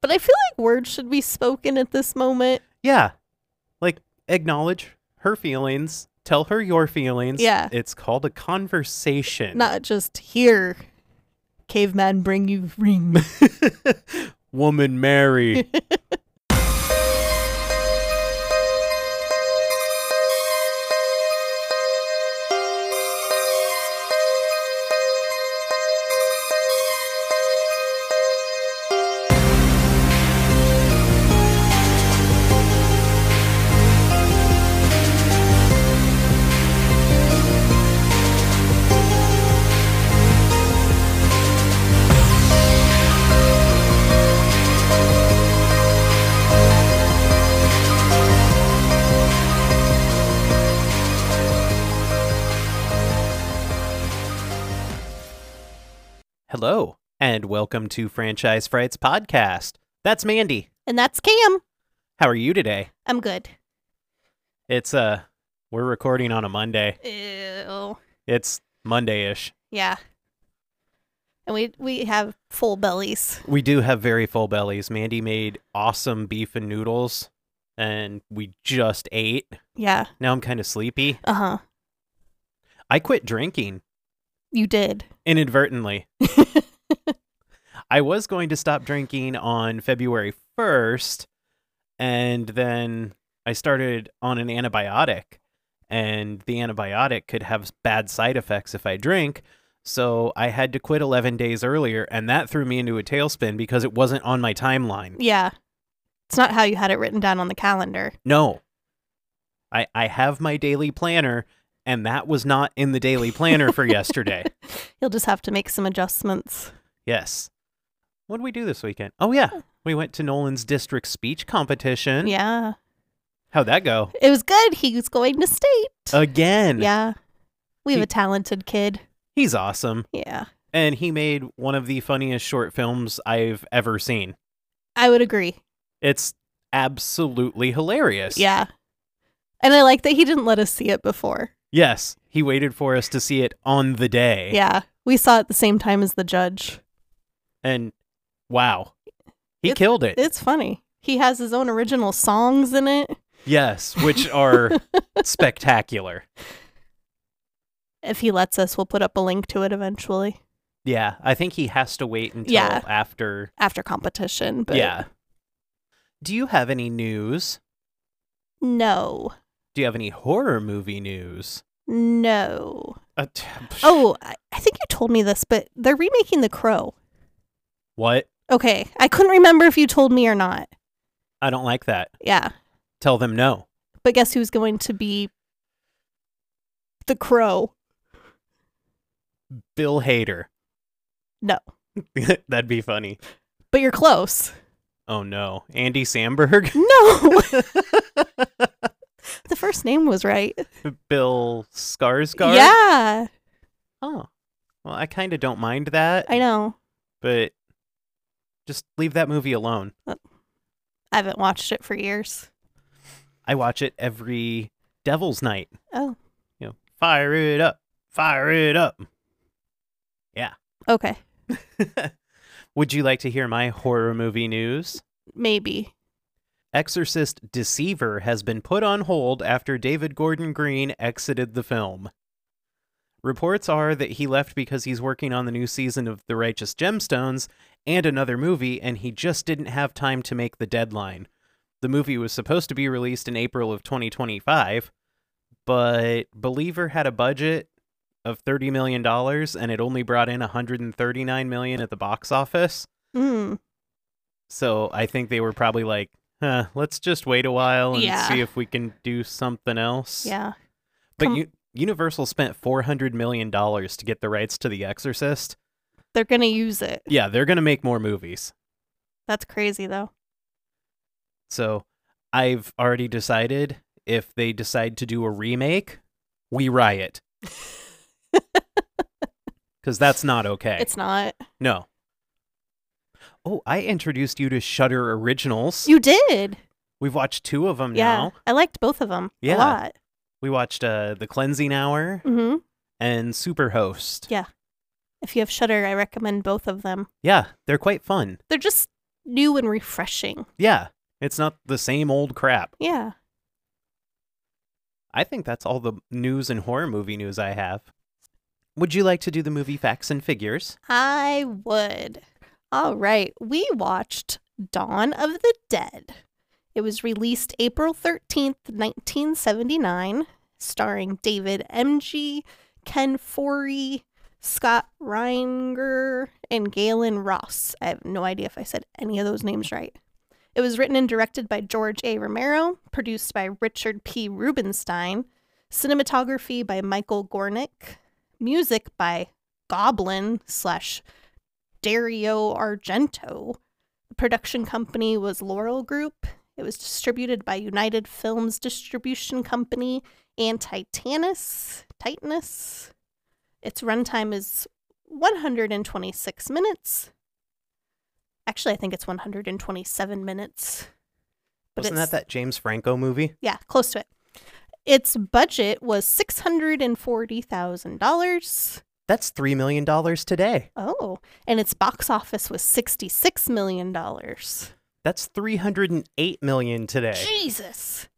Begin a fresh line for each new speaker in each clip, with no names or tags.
But I feel like words should be spoken at this moment.
Yeah. Like acknowledge her feelings, tell her your feelings.
Yeah.
It's called a conversation.
Not just here, caveman bring you ring.
Woman Mary. Hello, and welcome to Franchise Frights Podcast. That's Mandy.
and that's Cam.
How are you today?
I'm good.
It's uh we're recording on a Monday.
Ew.
It's Monday ish.
Yeah. And we we have full bellies.
We do have very full bellies. Mandy made awesome beef and noodles, and we just ate.
Yeah.
Now I'm kind of sleepy.
Uh huh.
I quit drinking
You did.
inadvertently. I was going to stop drinking on February 1st, and then I started on an antibiotic, and the antibiotic could have bad side effects if I drink. So I had to quit 11 days earlier, and that threw me into a tailspin because it wasn't on my timeline.
Yeah. It's not how you had it written down on the calendar.
No. I I have my daily planner and that was not in the daily planner for yesterday.
You'll just have to make some adjustments.
Yes. What did we do this weekend? Oh yeah. We went to Nolan's district speech competition.
Hmm. Yeah.
How'd that go?
It was good. He was going to state.
Again.
yeah. We have
He-
a talented kid.
He's awesome.
Yeah.
And he made one of the funniest short films I've ever seen.
I would agree.
It's absolutely hilarious.
Yeah. And I like that he didn't let us see it before.
Yes. He waited for us to see it on the day.
Yeah. We saw it at the same time as the judge.
And wow. He
It's-
killed it.
It's funny. He has his own original songs in it.
Yes, which are spectacular.
If he lets us, we'll put up a link to it eventually
Yeah, I think he has to wait until
Yeah.
after.
after competition. But
Yeah. Do you have any news?
No.
Do you have any horror movie news?
No.
Uh, t-
Oh, I I think you told me this, but they're remaking The Crow.
What?
Okay. I couldn't remember if you told me or not.
I don't like that.
Yeah.
Tell them no.
But guess who's going to be the crow?
Bill Hader.
No.
That'd be funny.
But you're close.
Oh no. Andy Samberg?
No. the first name was right.
Bill Skarsgård?
Yeah.
Oh. Well, I kind of don't mind that,
I know.
but just leave that movie alone.
I haven't watched it for years.
I watch it every Devil's Night.
Oh.
You know, fire it up, fire it up.
Okay.
Would you like to hear my horror movie news?
Maybe.
Exorcist Deceiver has been put on hold after David Gordon Green exited the film. Reports are that he left because he's working on the new season of The Righteous Gemstones and another movie, and he just didn't have time to make the deadline. The movie was supposed to be released in April of 2025, but Believer had a budget of $30 million and it only brought in $139 million at the box office.
Mm.
So I think they were probably like, huh, let's just wait a while and
Yeah.
see if we can do something else.
Yeah.
But
Come-
U- Universal spent $400 million to get the rights to The Exorcist.
They're going to use it.
Yeah, they're going to make more movies.
That's crazy, though.
So I've already decided if they decide to do a remake, we riot. Because that's not okay.
It's not.
No. Oh, I introduced you to Shutter Originals.
You did.
We've watched two of them
Yeah.
now.
I liked both of them
Yeah.
a lot.
We watched uh, The Cleansing Hour
hmm
and Superhost.
If you have Shutter, I recommend both of them.
Yeah, they're quite fun.
They're just new and refreshing.
Yeah, it's not the same old crap.
Yeah.
I think that's all the news and horror movie news I have. Would you like to do the movie facts and figures?
I would. All right. We watched Dawn of the Dead. It was released April 13th, 1979, starring David MG, Ken Foree, Scott Reinger, and Galen Ross. I have no idea if I said any of those names right. It was written and directed by George A. Romero, produced by Richard P. Rubinstein, cinematography by Michael Gornick, music by Goblin slash Dario Argento. The production company was Laurel Group. It was distributed by United Films Distribution Company and Titanus. Titanus. Its runtime is 126 minutes. Actually, I think it's 127 minutes. But
Wasn't
it's-
that that James Franco movie?
yeah, close to it. Its budget was six hundred and forty thousand dollars.
That's $3 million today.
Oh, and its box office was sixty-six million dollars.
That's $308 million today.
Jesus!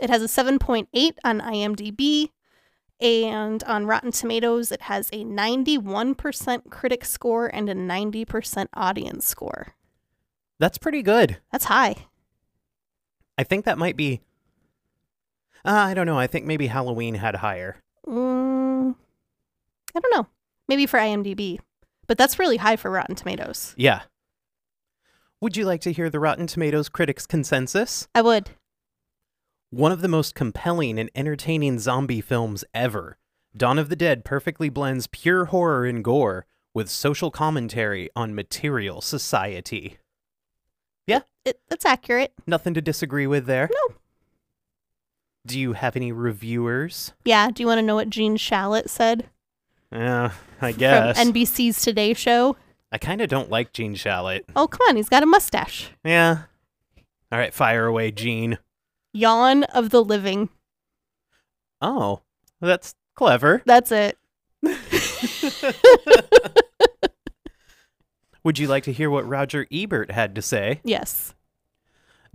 It has a seven point eight on IMDb, and on Rotten Tomatoes, it has a ninety-one percent critic score and a ninety percent audience score.
That's pretty good.
That's high.
I think that might be. Uh, I don't know. I think maybe Halloween had higher.
Mm, I don't know. Maybe for IMDb, but that's really high for Rotten Tomatoes.
Yeah. Would you like to hear the Rotten Tomatoes critics' consensus?
I would.
One of the most compelling and entertaining zombie films ever, Dawn of the Dead perfectly blends pure horror and gore with social commentary on material society.
It, that's accurate.
Nothing to disagree with there.
No.
Do you have any reviewers?
Yeah. Do you want to know what Gene Shalit said
Uh, I guess.
from NBC's Today Show?
I kind of don't like Gene Shalit.
Oh, come on. He's got a mustache.
Yeah. All right, fire away, Gene.
Yawn of the Living.
Oh, that's clever.
That's it.
Would you like to hear what Roger Ebert had to say?
Yes.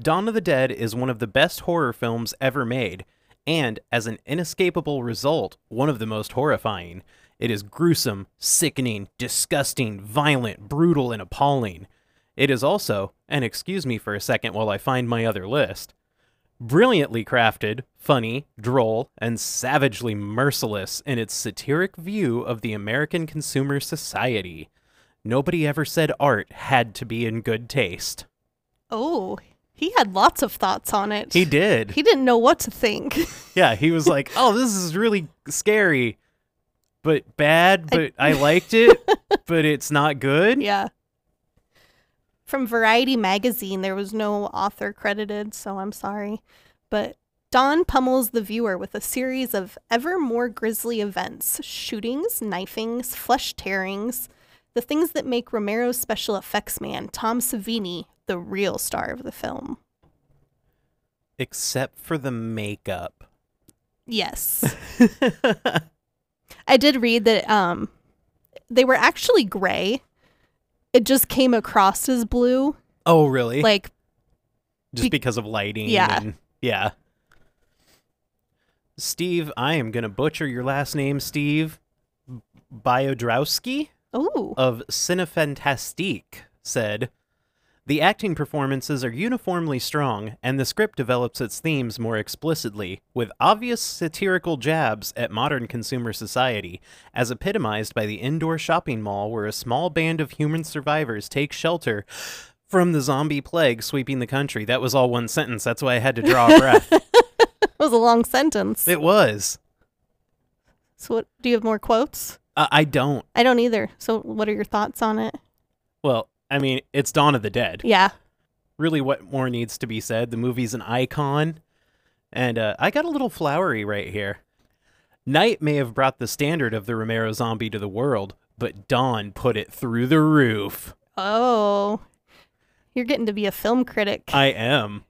Dawn of the Dead is one of the best horror films ever made, and as an inescapable result, one of the most horrifying. It is gruesome, sickening, disgusting, violent, brutal, and appalling. It is also, and excuse me for a second while I find my other list, brilliantly crafted, funny, droll, and savagely merciless in its satiric view of the American consumer society. Nobody ever said art had to be in good taste.
Oh, he had lots of thoughts on it.
He did.
He didn't know what to think.
Yeah, he was like, "Oh, this is really scary, but bad, but I, liked it, but it's not good."
yeah. From Variety Magazine, there was no author credited, so I'm sorry. But Don pummels the viewer with a series of ever more grisly events shootings, knifings, flesh tearings, the things that make Romero's special effects man, Tom Savini, the real star of the film.
Except for the makeup.
Yes. I did read that um they were actually gray. It just came across as blue.
Oh, really?
Like
Just
be-
because of lighting.
Yeah.
and- yeah. Steve, I am gonna butcher your last name, Steve Biodrowski.
oh,
of Cinefantastique said, The acting performances are uniformly strong, and the script develops its themes more explicitly, with obvious satirical jabs at modern consumer society, as epitomized by the indoor shopping mall where a small band of human survivors take shelter from the zombie plague sweeping the country. That was all one sentence. That's why I had to draw a breath.
that was a long sentence.
It was.
so what do you have more quotes?
Uh, I don't.
I don't either. So what are your thoughts on it?
Well, I mean, it's Dawn of the Dead.
Yeah.
really what more needs to be said. The movie's an icon. And uh, I got a little flowery right here. Night may have brought the standard of the Romero zombie to the world, but dawn put it through the roof.
Oh. You're getting to be a film critic.
I am.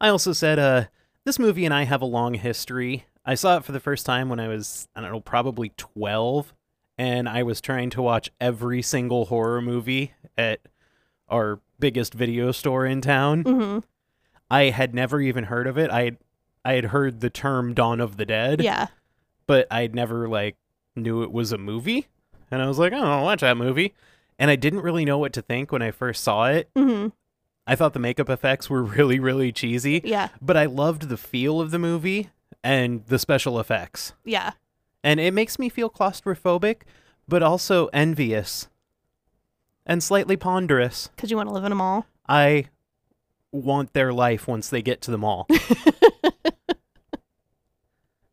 I also said, uh, this movie and I have a long history. I saw it for the first time when I was, I don't know, probably 12, and I was trying to watch every single horror movie at our biggest video store in town.
hmm
I had never even heard of it. I had, I had heard the term Dawn of the Dead,
Yeah.
but I'd never like knew it was a movie. And I was like, "Oh, I'll watch that movie." And I didn't really know what to think when I first saw it.
hmm
I thought the makeup effects were really really cheesy,
Yeah.
but I loved the feel of the movie and the special effects.
Yeah.
And it makes me feel claustrophobic, but also envious and slightly ponderous.
Because you want to live in a mall.
I want their life once they get to the mall.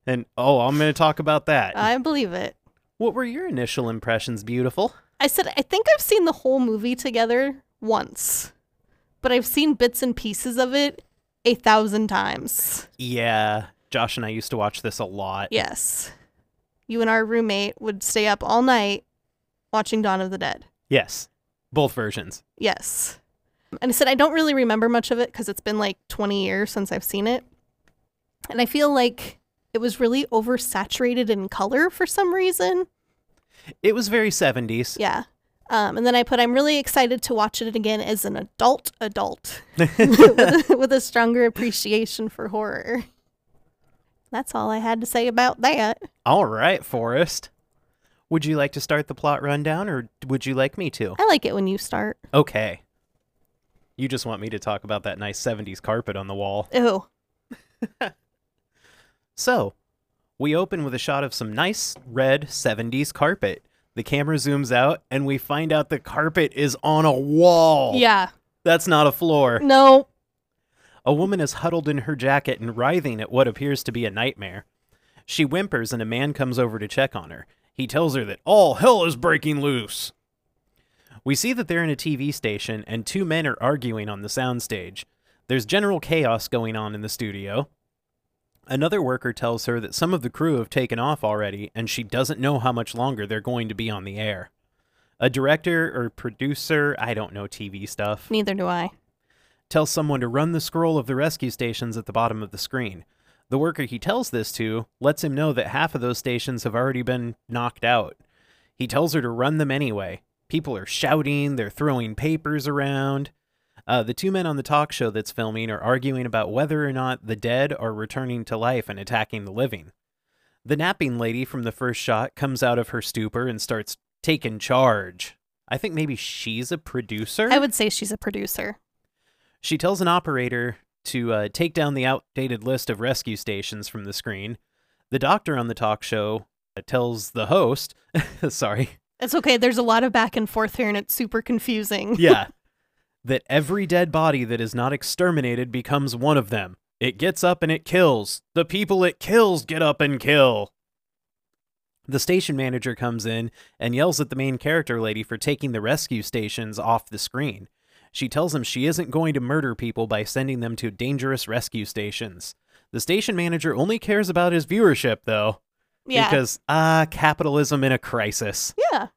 and oh, I'm going to talk about that.
I believe it.
what were your initial impressions, beautiful?
I said, I think I've seen the whole movie together once, but I've seen bits and pieces of it a thousand times.
Yeah, Josh and I used to watch this a lot.
Yes. You and our roommate would stay up all night watching Dawn of the Dead.
Yes, both versions.
Yes. And I said, I don't really remember much of it because it's been like 20 years since I've seen it. And I feel like it was really oversaturated in color for some reason.
It was very 70s.
Yeah. Um, and then I put, I'm really excited to watch it again as an adult adult with, with a stronger appreciation for horror. That's all I had to say about that.
All right, Forrest. Would you like to start the plot rundown or would you like me to?
I like it when you start.
Okay. You just want me to talk about that nice 70s carpet on the wall.
Oh,
So, we open with a shot of some nice red 70s carpet. The camera zooms out and we find out the carpet is on a wall.
yeah.
That's not a floor.
No.
A woman is huddled in her jacket and writhing at what appears to be a nightmare. She whimpers and a man comes over to check on her. He tells her that all hell is breaking loose. We see that they're in a TV station and two men are arguing on the soundstage. There's general chaos going on in the studio. Another worker tells her that some of the crew have taken off already and she doesn't know how much longer they're going to be on the air. A director or producer, I don't know TV stuff
Neither do I.
tells someone to run the scroll of the rescue stations at the bottom of the screen. The worker he tells this to lets him know that half of those stations have already been knocked out. He tells her to run them anyway. People are shouting, they're throwing papers around. Uh, the two men on the talk show that's filming are arguing about whether or not the dead are returning to life and attacking the living. The napping lady from the first shot comes out of her stupor and starts taking charge. I think maybe she's a producer.
I would say she's a producer.
She tells an operator to uh, take down the outdated list of rescue stations from the screen. The doctor on the talk show uh, tells the host, sorry,
It's okay. There's a lot of back and forth here, and it's super confusing.
yeah, that every dead body that is not exterminated becomes one of them. It gets up and it kills. The people it kills get up and kill. The station manager comes in and yells at the main character lady for taking the rescue stations off the screen. She tells him she isn't going to murder people by sending them to dangerous rescue stations. The station manager only cares about his viewership, though,
Yeah.
because, ah, capitalism in a crisis.
yeah.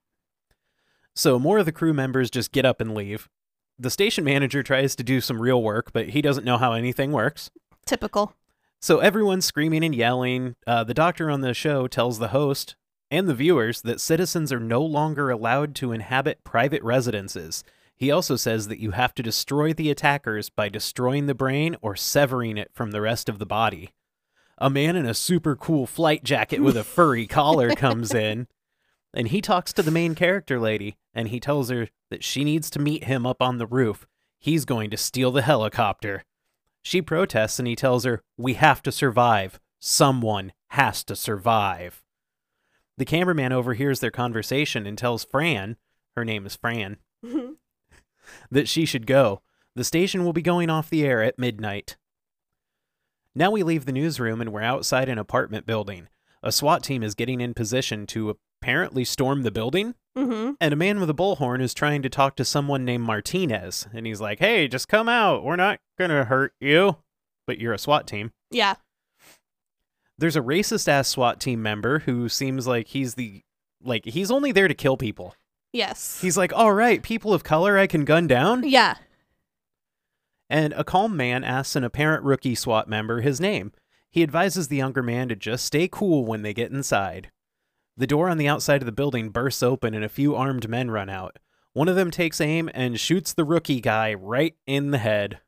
So more of the crew members just get up and leave. The station manager tries to do some real work, but he doesn't know how anything works.
Typical.
So everyone's screaming and yelling. Uh, the doctor on the show tells the host and the viewers that citizens are no longer allowed to inhabit private residences. He also says that you have to destroy the attackers by destroying the brain or severing it from the rest of the body. A man in a super cool flight jacket with a furry collar comes in and he talks to the main character lady and he tells her that she needs to meet him up on the roof. He's going to steal the helicopter. She protests and he tells her, We have to survive. Someone has to survive. The cameraman overhears their conversation and tells Fran, her name is Fran,
Mm-hmm.
that she should go. The station will be going off the air at midnight. Now we leave the newsroom and we're outside an apartment building. A SWAT team is getting in position to apparently storm the building,
hmm
and a man with a bullhorn is trying to talk to someone named Martinez. And he's like, hey, just come out. We're not going to hurt you. But you're a SWAT team.
Yeah.
There's a racist ass SWAT team member who seems like he's the. Like, he's only there to kill people.
Yes.
He's like, all right, people of color I can gun down.
yeah.
and a calm man asks an apparent rookie SWAT member his name. He advises the younger man to just stay cool when they get inside. The door on the outside of the building bursts open and a few armed men run out. One of them takes aim and shoots the rookie guy right in the head.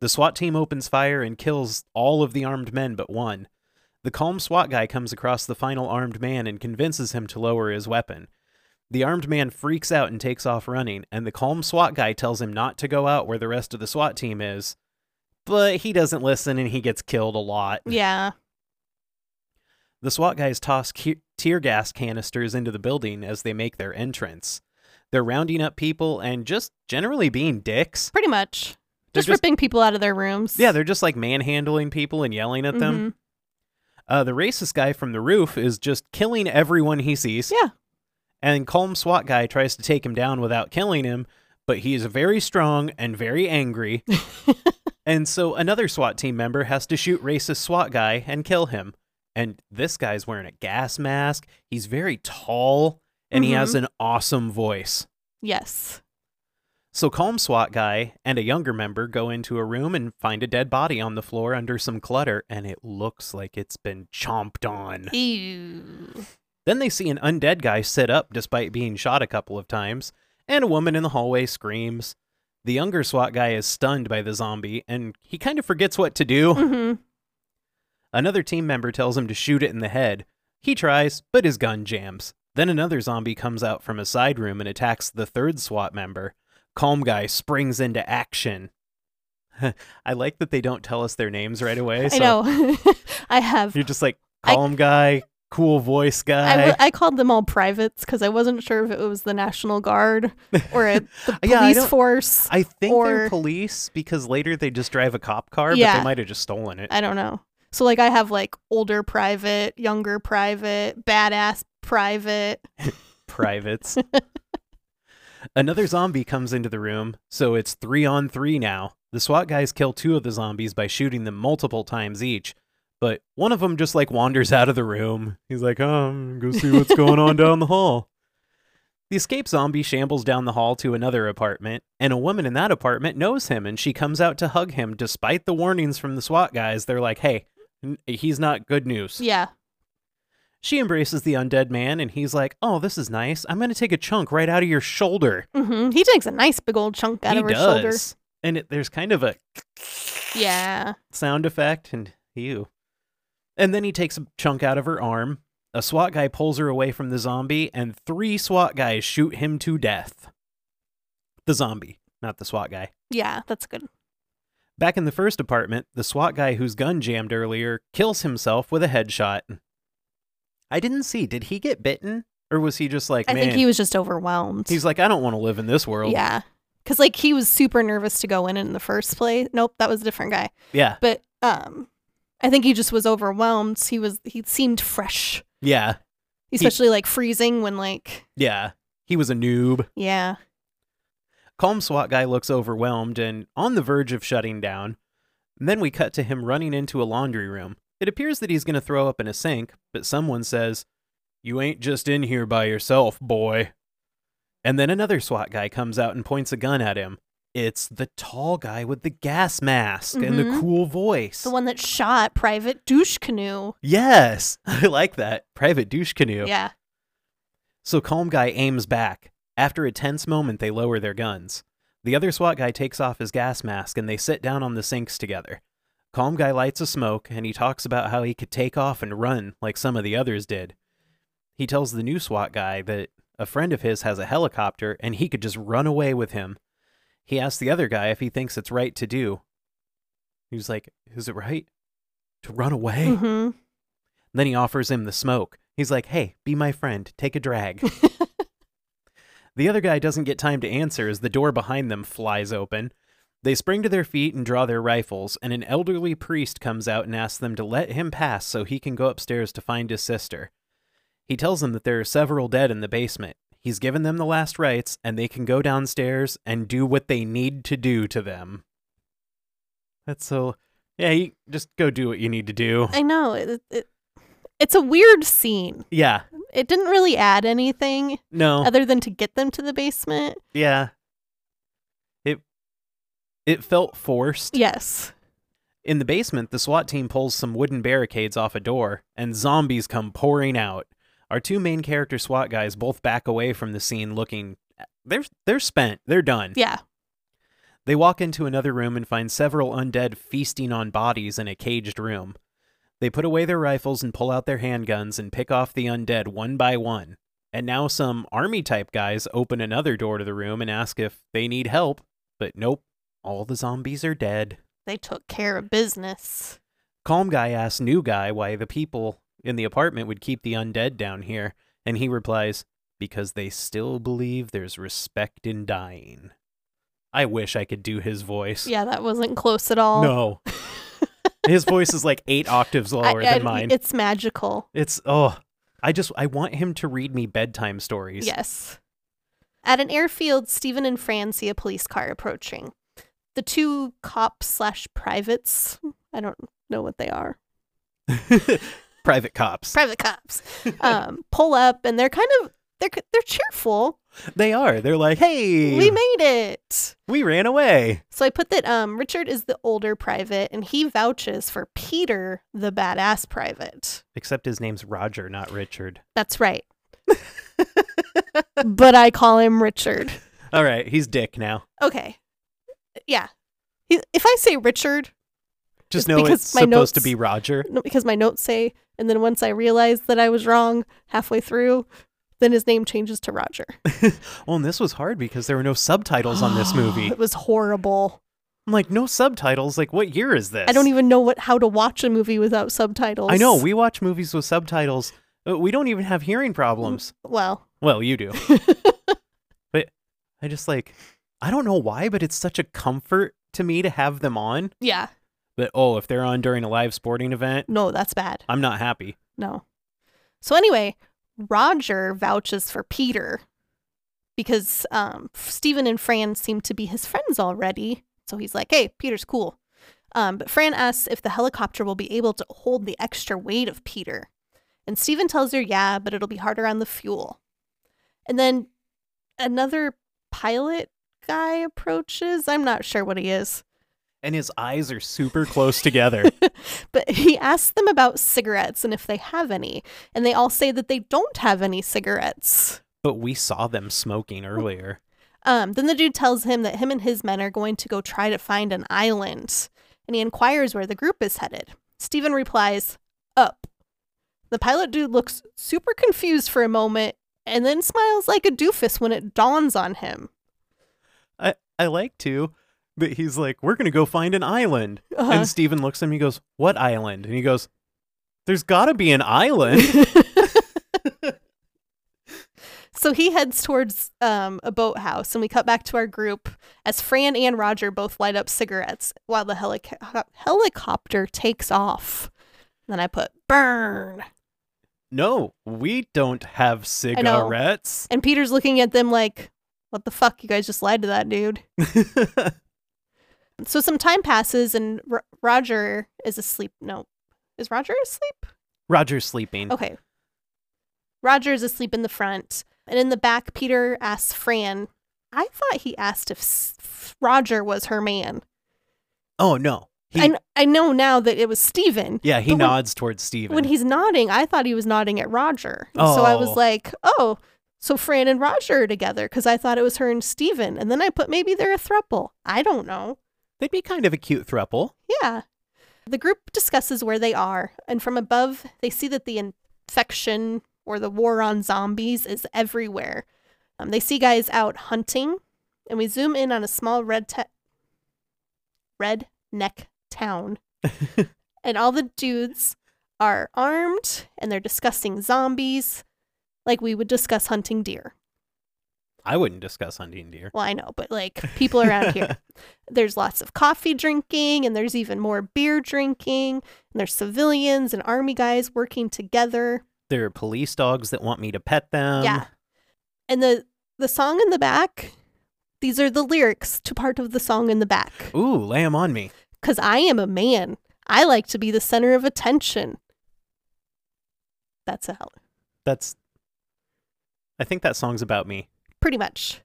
The SWAT team opens fire and kills all of the armed men but one. The calm SWAT guy comes across the final armed man and convinces him to lower his weapon. The armed man freaks out and takes off running, and the calm SWAT guy tells him not to go out where the rest of the SWAT team is. But he doesn't listen and he gets killed a lot.
Yeah.
The SWAT guys toss ke- tear gas canisters into the building as they make their entrance. They're rounding up people and just generally being dicks.
Pretty much.
They're
Just, ripping people out of their rooms.
yeah, they're just like manhandling people and yelling at
Mhm.
them. Uh, the racist guy from the roof is just killing everyone he sees.
Mm-hmm. Yeah.
And calm SWAT guy tries to take him down without killing him, but he is very strong and very angry. and so another SWAT team member has to shoot racist SWAT guy and kill him. And this guy's wearing a gas mask. He's very tall and he
Mhm.
has an awesome voice.
Yes.
So Calm SWAT guy and a younger member go into a room and find a dead body on the floor under some clutter, and it looks like it's been chomped on.
Ew.
Then they see an undead guy sit up despite being shot a couple of times, and a woman in the hallway screams. The younger SWAT guy is stunned by the zombie, and he kind of forgets what to do.
hmm
Another team member tells him to shoot it in the head. He tries, but his gun jams. Then another zombie comes out from a side room and attacks the third SWAT member. Calm guy springs into action. I like that they don't tell us their names right away. So
I know. I have.
You're just like
I-
calm guy, cool voice guy.
I, w- I called them all privates because I wasn't sure if it was the National Guard or a, the
Yeah, I
police
don't-
force.
I think they're
or-
police because later they just drive a cop car, but
Yeah.
they might have just stolen it.
I don't know. So like I have like older private, younger private, badass private.
Privates. Another zombie comes into the room, so it's three on three now. The SWAT guys kill two of the zombies by shooting them multiple times each, but one of them just like wanders out of the room. He's like, um, go see what's going on down the hall. The escaped zombie shambles down the hall to another apartment, and a woman in that apartment knows him and she comes out to hug him despite the warnings from the SWAT guys. They're like, hey, n- he's not good news.
Yeah.
She embraces the undead man, and he's like, "Oh, this is nice. I'm gonna take a chunk right out of your shoulder."
hmm He takes a nice big old chunk out
he
of her
does,
shoulder.
and it, there's kind of a
Yeah.
sound effect, and ew. And then he takes a chunk out of her arm. A SWAT guy pulls her away from the zombie, and three SWAT guys shoot him to death. The zombie, not the SWAT guy.
Yeah. That's good.
Back in the first apartment, the SWAT guy whose gun jammed earlier kills himself with a headshot. I didn't see. Did he get bitten, or was he just like,
I
man?
think he was just overwhelmed.
He's like, I don't want to live in this world.
yeah. Cause like he was super nervous to go in in the first place. Nope, that was a different guy.
Yeah.
But um, I think he just was overwhelmed. He was he seemed fresh,
Yeah.
especially like freezing when like
Yeah. He was a noob.
yeah.
Calm SWAT guy looks overwhelmed and on the verge of shutting down. And then we cut to him running into a laundry room. It appears that he's going to throw up in a sink, but someone says, You ain't just in here by yourself, boy. And then another SWAT guy comes out and points a gun at him. It's the tall guy with the gas mask and the
Mhm.
cool voice.
The one that shot Private Douche Canoe.
yes, I like that. Private douche canoe.
Yeah.
So Calm Guy aims back. After a tense moment, they lower their guns. The other SWAT guy takes off his gas mask and they sit down on the sinks together. Calm Guy lights a smoke and he talks about how he could take off and run like some of the others did. He tells the new SWAT guy that a friend of his has a helicopter and he could just run away with him. He asks the other guy if he thinks it's right to do. He was like, Is it right to run away?
hmm
Then he offers him the smoke. He's like, hey, be my friend, take a drag. the other guy doesn't get time to answer as the door behind them flies open. They spring to their feet and draw their rifles, and an elderly priest comes out and asks them to let him pass so he can go upstairs to find his sister. He tells them that there are several dead in the basement. He's given them the last rites, and they can go downstairs and do what they need to do to them. That's so. Yeah, you just go do what you need to do.
I know. It, it, it's a weird scene.
Yeah,
It didn't really add anything
no.
other than to get them to the basement.
Yeah. It it felt forced.
Yes.
In the basement, the SWAT team pulls some wooden barricades off a door, and zombies come pouring out. Our two main character SWAT guys both back away from the scene looking They're they're spent. They're done.
Yeah.
They walk into another room and find several undead feasting on bodies in a caged room. They put away their rifles and pull out their handguns and pick off the undead one by one. And now some army type guys open another door to the room and ask if they need help, but nope, all the zombies are dead.
They took care of business.
Calm Guy asks New Guy why the people in the apartment would keep the undead down here, and he replies, Because they still believe there's respect in dying. I wish I could do his voice.
Yeah, that wasn't close at all.
No. his voice is like eight octaves
I-
lower
I-
than mine.
It's magical.
It's oh, I just I want him to read me bedtime stories.
Yes. At an airfield, Stephen and Fran see a police car approaching. The two cops slash privates, I don't know what they are,
Private cops.
private cops, um, pull up and they're kind of, they're, they're cheerful.
they are. They're like, hey,
We made it.
we ran away.
So I put that um, Richard is the older private and he vouches for Peter, the badass private.
Except his name's Roger, not Richard.
That's right. but I call him Richard.
All right, he's Dick now.
Okay. Yeah. He, if I say Richard,
Just
It's
know
because
it's
my
supposed to
notes-
be Roger.
no, because my notes say, and then once I realize that I was wrong halfway through, then his name changes to Roger.
Well, and this was hard because there were no subtitles on this movie.
it was horrible.
I'm like, no subtitles. Like, what year is this?
I don't even know what how to watch a movie without subtitles.
I know we watch movies with subtitles. Uh, We don't even have hearing
Mm.
problems.
well,
Well, you do. but I just like, I don't know why, but it's such a comfort to me to have them on.
yeah.
But oh, if they're on during a live sporting event,
No, that's bad.
I'm not happy.
No. So anyway, Roger vouches for Peter because um, Stephen and Fran seem to be his friends already. So he's like, "Hey, Peter's cool." Um, but Fran asks if the helicopter will be able to hold the extra weight of Peter, and Stephen tells her, "Yeah, but it'll be harder on the fuel." And then another pilot guy approaches. I'm not sure what he is.
And his eyes are super close together.
But he asks them about cigarettes and if they have any, and they all say that they don't have any cigarettes.
but we saw them smoking earlier.
Um, then the dude tells him that him and his men are going to go try to find an island, and he inquires where the group is headed. Stephen replies, Up. The pilot dude looks super confused for a moment and then smiles like a doofus when it dawns on him.
I, I like to. But he's like, we're going to go find an island.
Uh-huh.
And Steven looks at him. He goes, what island? And he goes, there's got to be an island.
So he heads towards um, a boathouse, and we cut back to our group as Fran and Roger both light up cigarettes while the helico- helicopter takes off. Then I put burn,
no, we don't have
know.
cigarettes.
and Peter's looking at them like, "What the fuck? You guys just lied to that dude." So some time passes, and R- Roger is asleep. No, is Roger asleep?
Roger's sleeping.
Okay. Roger is asleep in the front, and in the back, Peter asks Fran. I thought he asked if S- Roger was her man.
Oh, no. He,
I, kn- I know now that it was Steven.
yeah, he
but when-
nods towards Steven.
When he's nodding, I thought he was nodding at Roger. And So I
Oh.
was like, oh, so Fran and Roger are together because I thought it was her and Steven. And then I put maybe they're a throuple. I don't know.
They'd be kind of a cute thruple.
Yeah. The group discusses where they are. And from above, they see that the infection or the war on zombies is everywhere. Um, they see guys out hunting. And we zoom in on a small red, te- red neck town and all the dudes are armed and they're discussing zombies like we would discuss hunting deer.
I wouldn't discuss hunting deer.
Well, I know, but like people around here. There's lots of coffee drinking and there's even more beer drinking. And there's civilians and army guys working together.
There are police dogs that want me to pet them.
yeah. And the the song in the back, these are the lyrics to part of the song in the back.
Ooh, lay 'em on me.
Cuz I am a man. I like to be the center of attention. That's a hell.
That's. I think that song's about me.
Pretty much.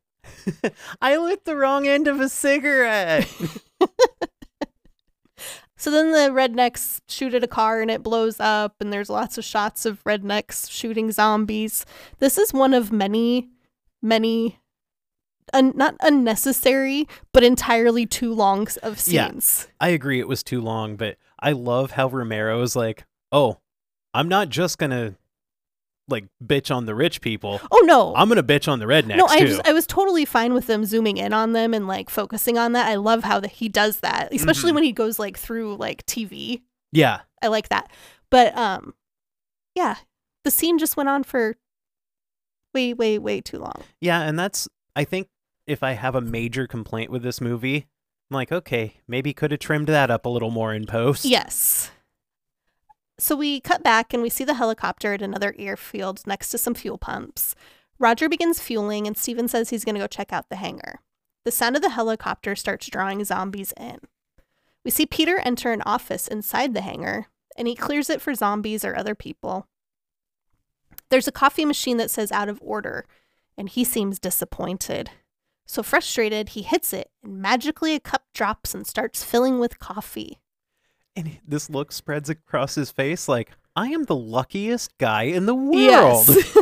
I lit the wrong end of a cigarette.
So then the rednecks shoot at a car and it blows up, and there's lots of shots of rednecks shooting zombies. This is one of many, many un- not unnecessary, but entirely too long s- of
Yeah.
scenes.
I agree it was too long, but I love how Romero is like, "Oh, I'm not just going to like bitch on the rich people.
Oh no.
I'm going to bitch on the rednecks
no, I
too."
was, I was totally fine with them zooming in on them and like focusing on that. I love how that he does that, especially
Mhm.
when he goes like through like TV.
yeah.
I like that. But um yeah, the scene just went on for way way way too long.
Yeah, and that's I think if I have a major complaint with this movie, I'm like, "Okay, maybe could have trimmed that up a little more in post."
Yes. So we cut back and we see the helicopter at another airfield next to some fuel pumps. Roger begins fueling and Steven says he's going to go check out the hangar. The sound of the helicopter starts drawing zombies in. We see Peter enter an office inside the hangar and he clears it for zombies or other people. There's a coffee machine that says out of order and he seems disappointed. So frustrated, he hits it and magically a cup drops and starts filling with coffee.
And he- this look spreads across his face like, "I am the luckiest guy in the world."
Yes.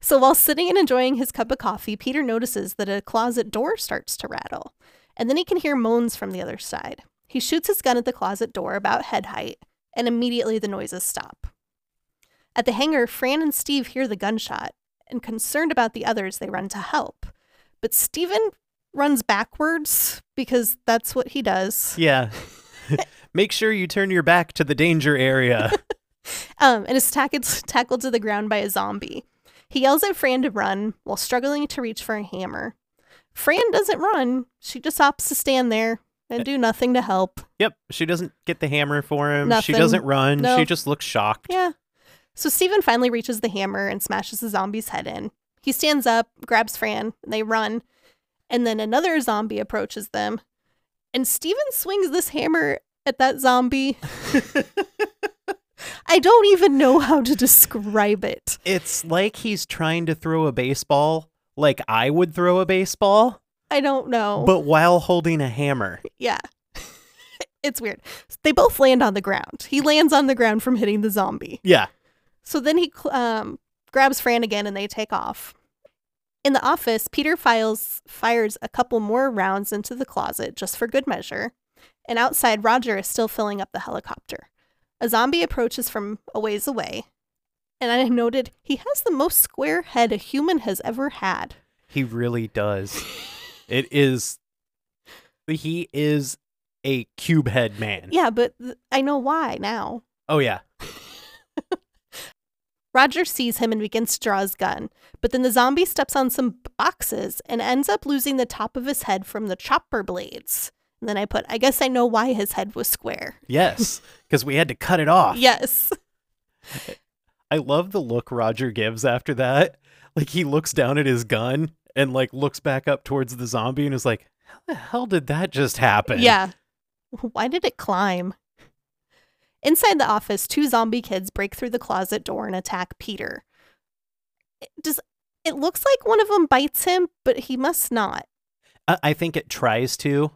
so while sitting and enjoying his cup of coffee, Peter notices that a closet door starts to rattle, and then he can hear moans from the other side. He shoots his gun at the closet door about head height, and immediately the noises stop. At the hangar, Fran and Steve hear the gunshot, and concerned about the others, they run to help. But Steven runs backwards because that's what he does.
Yeah. Make sure you turn your back to the danger area.
um, and is tackled, tackled to the ground by a zombie. He yells at Fran to run while struggling to reach for a hammer. Fran doesn't run, she just opts to stand there and do nothing to help.
Yep, she doesn't get the hammer for him. She
Nothing.
doesn't run. She
No.
just looks shocked.
Yeah. So Steven finally reaches the hammer and smashes the zombie's head in. He stands up, grabs Fran, and they run. And then another zombie approaches them. And Steven swings this hammer at that zombie. I don't even know how to describe it.
It's like he's trying to throw a baseball like I would throw a baseball,
I don't know.
but while holding a hammer.
Yeah. it's weird. They both land on the ground. He lands on the ground from hitting the zombie.
Yeah.
So then he cl- um, grabs Fran again and they take off. In the office, Peter files, fires a couple more rounds into the closet just for good measure. And outside, Roger is still filling up the helicopter. A zombie approaches from a ways away. And I noted he has the most square head a human has ever had.
He really does. it is he is a cube head man.
Yeah, but th- I know why now.
Oh yeah.
Roger sees him and begins to draw his gun, but then the zombie steps on some boxes and ends up losing the top of his head from the chopper blades. And then I put, I guess I know why his head was square.
Yes. Because we had to cut it off.
Yes.
I love the look Roger gives after that. Like he looks down at his gun and like looks back up towards the zombie and is like, How the hell did that just happen?
Yeah. Why did it climb? Inside the office, two zombie kids break through the closet door and attack Peter. It does it looks like one of them bites him, but he must not.
I, I think it tries to,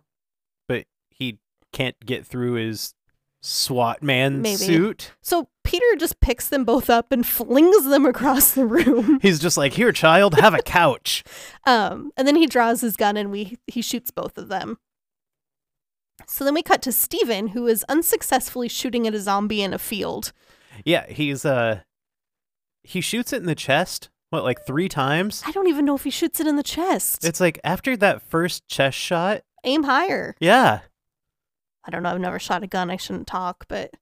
but he can't get through his SWAT man
Maybe.
suit.
So Peter just picks them both up and flings them across the room.
He's just like, Here, child, have a couch.
Um, and then he draws his gun and we he shoots both of them. So then we cut to Steven, who is unsuccessfully shooting at a zombie in a field.
yeah, he's uh he shoots it in the chest, what, like three times?
I don't even know if he shoots it in the chest.
It's like after that first chest shot,
Aim higher.
yeah.
I don't know, I've never shot a gun, I shouldn't talk, but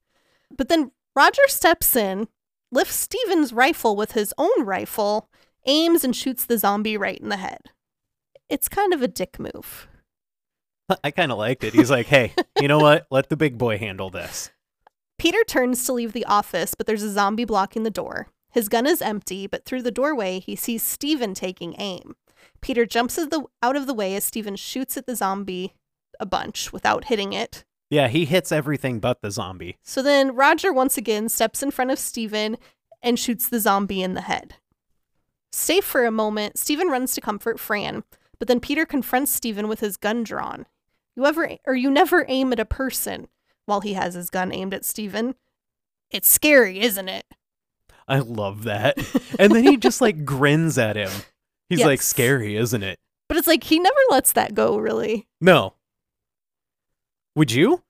but then Roger steps in, lifts Steven's rifle with his own rifle, aims and shoots the zombie right in the head. It's kind of a dick move.
I kind of liked it. He's like, hey, you know what? Let the big boy handle this.
Peter turns to leave the office, but there's a zombie blocking the door. His gun is empty, but through the doorway, he sees Steven taking aim. Peter jumps at the, out of the way as Steven shoots at the zombie a bunch without hitting it.
Yeah, he hits everything but the zombie.
So then Roger once again steps in front of Steven and shoots the zombie in the head. Safe for a moment, Steven runs to comfort Fran, but then Peter confronts Steven with his gun drawn. You ever or you never aim at a person while he has his gun aimed at Steven. It's scary, isn't it?
I love that. And then he just like grins at him. He's like,
Yes.
scary, isn't it?
But it's like he never lets that go, really.
No. Would you?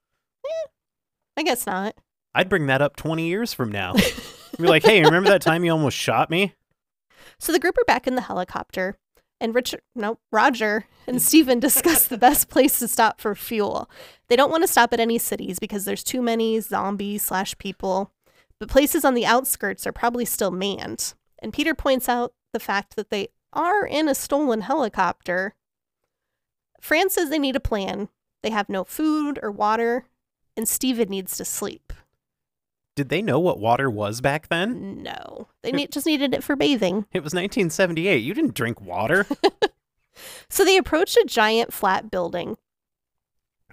I guess not.
I'd bring that up 20 years from now. Be like, hey, remember that time you almost shot me?
So the group are back in the helicopter, and Richard, no, Roger and Stephen discuss the best place to stop for fuel. They don't want to stop at any cities because there's too many zombies slash people, but places on the outskirts are probably still manned. And Peter points out the fact that they are in a stolen helicopter. Fran says they need a plan. They have no food or water, and Stephen needs to sleep.
Did they know what water was back then?
No, they need, just needed it for bathing.
It was 1978. You didn't drink water.
So they approach a giant flat building.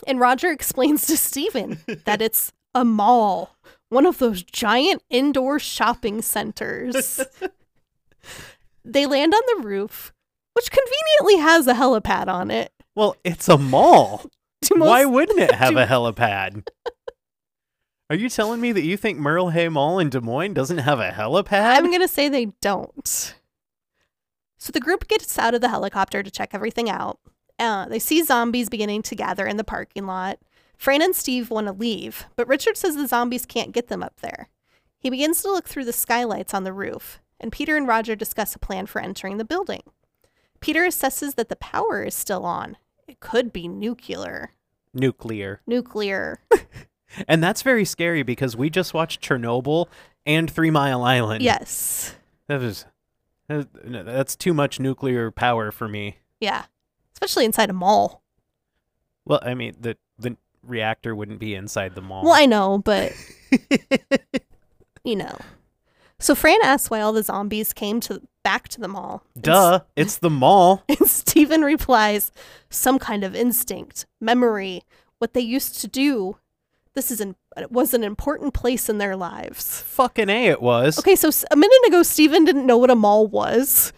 And Roger explains to Stephen that it's a mall, one of those giant indoor shopping centers. they land on the roof, which conveniently has a helipad on it.
well, it's a mall.
To
Why
most-
wouldn't it have
to-
a helipad? Are you telling me that you think Merle Hay Mall in Des Moines doesn't have a helipad?
I'm going to say they don't. So the group gets out of the helicopter to check everything out. Uh, they see zombies beginning to gather in the parking lot. Fran and Steve want to leave, but Richard says the zombies can't get them up there. He begins to look through the skylights on the roof, and Peter and Roger discuss a plan for entering the building. Peter assesses that the power is still on. It could be nuclear.
Nuclear.
Nuclear.
And that's very scary because we just watched Chernobyl and Three Mile Island.
yes.
That was. that- no, That's too much nuclear power for me.
Yeah. Especially inside a mall.
Well, I mean, the, the reactor wouldn't be inside the mall.
Well, I know, but you know. So Fran asks why all the zombies came to back to the mall. And S-
Duh, it's the mall.
And Stephen replies, "Some kind of instinct, memory, what they used to do. This is an, was an important place in their lives."
Fucking A, it was.
Okay, so s- a minute ago, Stephen didn't know what a mall was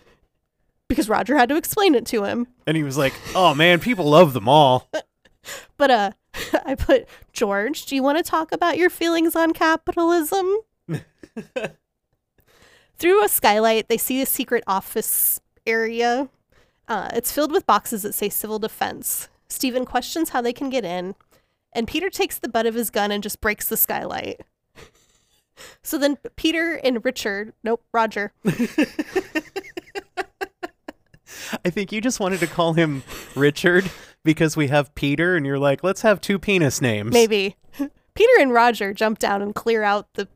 because Roger had to explain it to him.
And he was like, oh man, people love the mall.
But uh, I put George. Do you want to talk about your feelings on capitalism? Through a skylight, they see a secret office area. Uh, it's filled with boxes that say civil defense. Stephen questions how they can get in, and Peter takes the butt of his gun and just breaks the skylight. So then Peter and Richard, nope, Roger,
I think you just wanted to call him Richard because we have Peter, and you're like, let's have two penis names.
maybe. Peter and Roger jump down and clear out the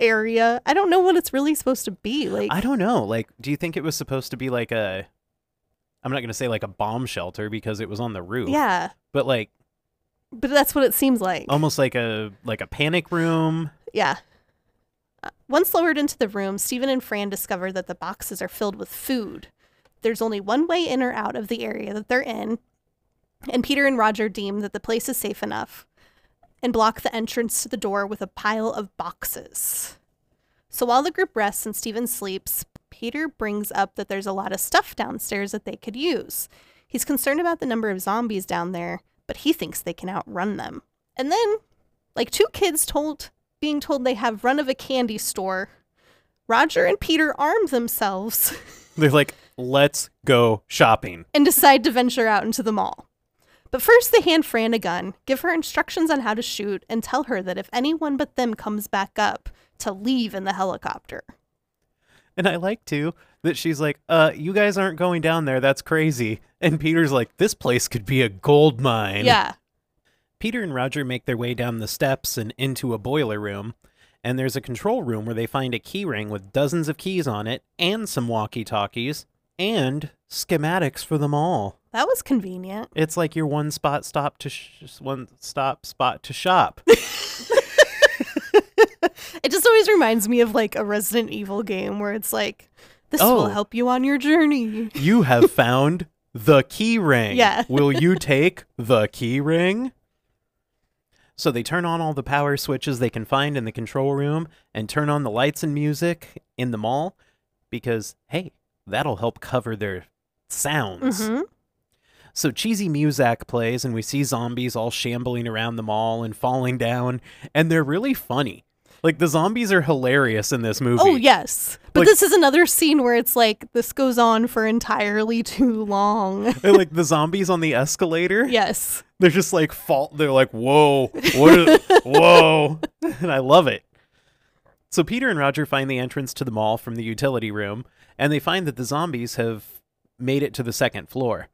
area. I don't know what it's really supposed to be. Like,
I don't know. Like, do you think it was supposed to be like a. I'm not going to say like a bomb shelter because it was on the roof.
yeah,
But like
but that's what it seems like.
almost like a like a panic room.
Yeah. Uh, Once lowered into the room, Stephen and Fran discover that the boxes are filled with food. There's only one way in or out of the area that they're in, and Peter and Roger deem that the place is safe enough and block the entrance to the door with a pile of boxes. So while the group rests and Stephen sleeps, Peter brings up that there's a lot of stuff downstairs that they could use. He's concerned about the number of zombies down there, but he thinks they can outrun them. And then, like two kids told being told they have run of a candy store, Roger and Peter arm themselves
They're like, let's go shopping.
and decide to venture out into the mall. But first, they hand Fran a gun, give her instructions on how to shoot, and tell her that if anyone but them comes back up, to leave in the helicopter.
And I like too that she's like, uh, you guys aren't going down there. That's crazy. And Peter's like, this place could be a gold mine.
Yeah.
Peter and Roger make their way down the steps and into a boiler room. And there's a control room where they find a key ring with dozens of keys on it and some walkie talkies and schematics for them all.
That was convenient.
It's like your one spot stop to sh- one stop spot to shop.
It just always reminds me of like a Resident Evil game where it's like, this
Oh.
will help you on your journey.
you have found the key ring.
Yeah.
Will you take the key ring? So they turn on all the power switches they can find in the control room and turn on the lights and music in the mall because, hey, that'll help cover their sounds.
hmm
So cheesy Muzak plays, and we see zombies all shambling around the mall and falling down, and they're really funny. Like the zombies are hilarious in this movie.
Oh yes, but
Like-
this is another scene where it's like this goes on for entirely too long.
like the zombies on the escalator.
yes,
They're just like fault. They're like, whoa, what? Is, whoa, and I love it. So Peter and Roger find the entrance to the mall from the utility room, and they find that the zombies have made it to the second floor.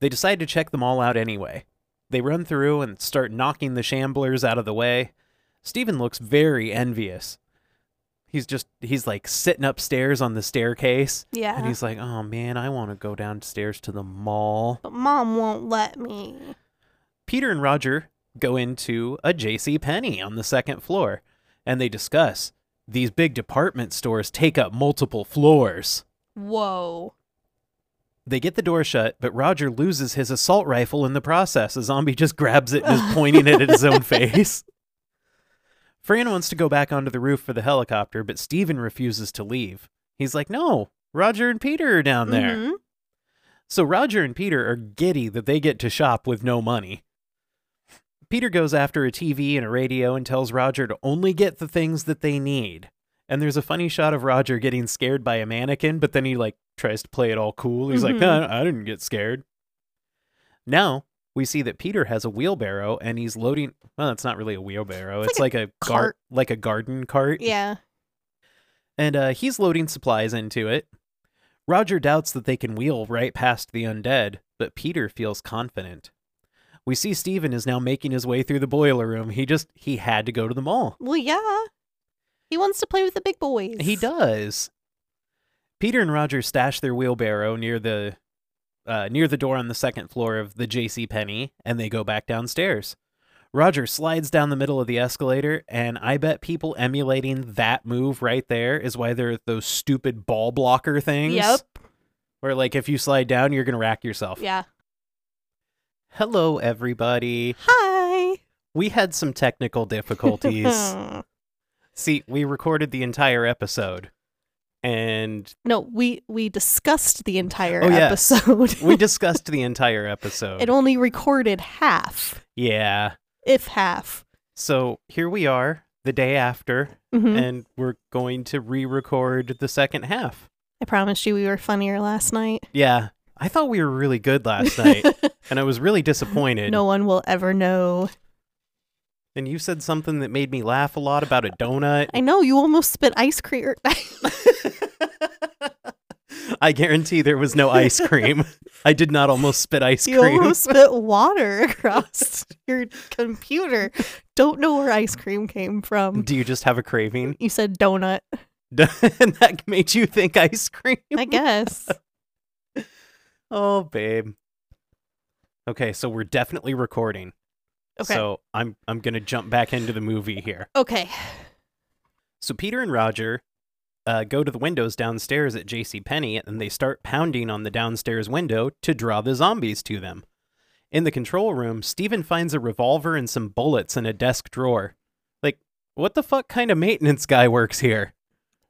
They decide to check them all out anyway. They run through and start knocking the shamblers out of the way. Stephen looks very envious. He's just he's like sitting upstairs on the staircase, and
yeah.
he's like, "Oh man, I want to go downstairs to the mall."
But mom won't let me.
Peter and Roger go into a J.C. Penney on the second floor, and they discuss these big department stores take up multiple floors.
Whoa.
They get the door shut, but Roger loses his assault rifle in the process. A zombie just grabs it and is pointing it at his own face. Fran wants to go back onto the roof for the helicopter, but Steven refuses to leave. He's like, No, Roger and Peter are down there.
Mhm.
So Roger and Peter are giddy that they get to shop with no money. Peter goes after a TV and a radio and tells Roger to only get the things that they need. And there's a funny shot of Roger getting scared by a mannequin, but then he like tries to play it all cool. He's
Mhm.
like, "Nah, I didn't get scared. Now we see that Peter has a wheelbarrow and he's loading. Well, it's not really a wheelbarrow. It's,
It's
like, a
cart.
cart, like a garden cart
Yeah.
and uh, he's loading supplies into it. Roger doubts that they can wheel right past the undead, but Peter feels confident. We see Steven is now making his way through the boiler room. He just he had to go to the mall.
Well, yeah. He wants to play with the big boys.
He does. Peter and Roger stash their wheelbarrow near the uh, near the door on the second floor of the J.C. Penney, and they go back downstairs. Roger slides down the middle of the escalator, and I bet people emulating that move right there is why there are those stupid ball blocker things.
Yep.
Where like if you slide down, you're gonna rack yourself.
Yeah.
Hello, everybody.
Hi.
We had some technical difficulties. See, we recorded the entire episode, and
no, we we discussed the entire
Oh, yeah.
episode.
we discussed the entire episode.
it only recorded half,
yeah.
if half.
So here we are, the day after,
Mhm.
and we're going to re-record the second half.
I promised you we were funnier last night.
Yeah. I thought we were really good last night, and I was really disappointed.
no one will ever know.
And you said something that made me laugh a lot about a donut.
I know you almost spit ice er, cream.
I guarantee there was no ice cream. I did not almost spit ice
you
cream.
almost spit water across your computer. Don't know where ice cream came from.
Do you just have a craving?
You said donut.
and that made you think ice cream?
I guess.
Oh, babe. Okay, so we're definitely recording.
Okay.
So I'm I'm gonna jump back into the movie here.
okay.
So Peter and Roger uh, go to the windows downstairs at J.C. Penney, and they start pounding on the downstairs window to draw the zombies to them. In the control room, Steven finds a revolver and some bullets in a desk drawer. Like, what the fuck kind of maintenance guy works here?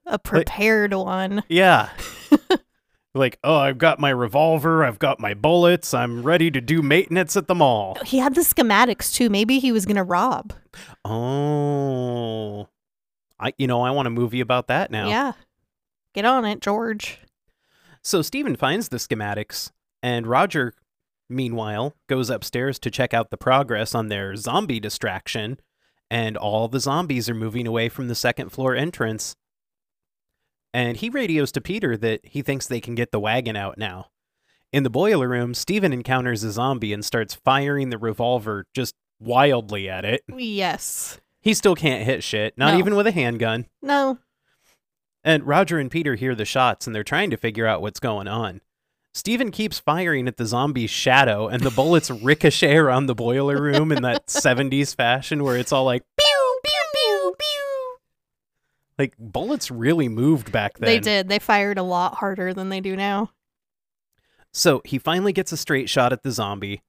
A prepared one.
Yeah. like, oh, I've got my revolver, I've got my bullets, I'm ready to do maintenance at the mall.
He had the schematics too. Maybe he was going to rob.
Oh. I you know, I want a movie about that now.
Yeah. Get on it, George.
So Steven finds the schematics, and Roger, meanwhile, goes upstairs to check out the progress on their zombie distraction, and all the zombies are moving away from the second floor entrance. And he radios to Peter that he thinks they can get the wagon out now. In the boiler room, Steven encounters a zombie and starts firing the revolver just wildly at it.
Yes.
He still can't hit shit, not
No.
even with a handgun.
No.
And Roger and Peter hear the shots and they're trying to figure out what's going on. Steven keeps firing at the zombie's shadow and the bullets ricochet around the boiler room in that 70s fashion where it's all like
Pew, pew, pew, pew.
like bullets really moved back then.
They did. They fired a lot harder than they do now.
So he finally gets a straight shot at the zombie,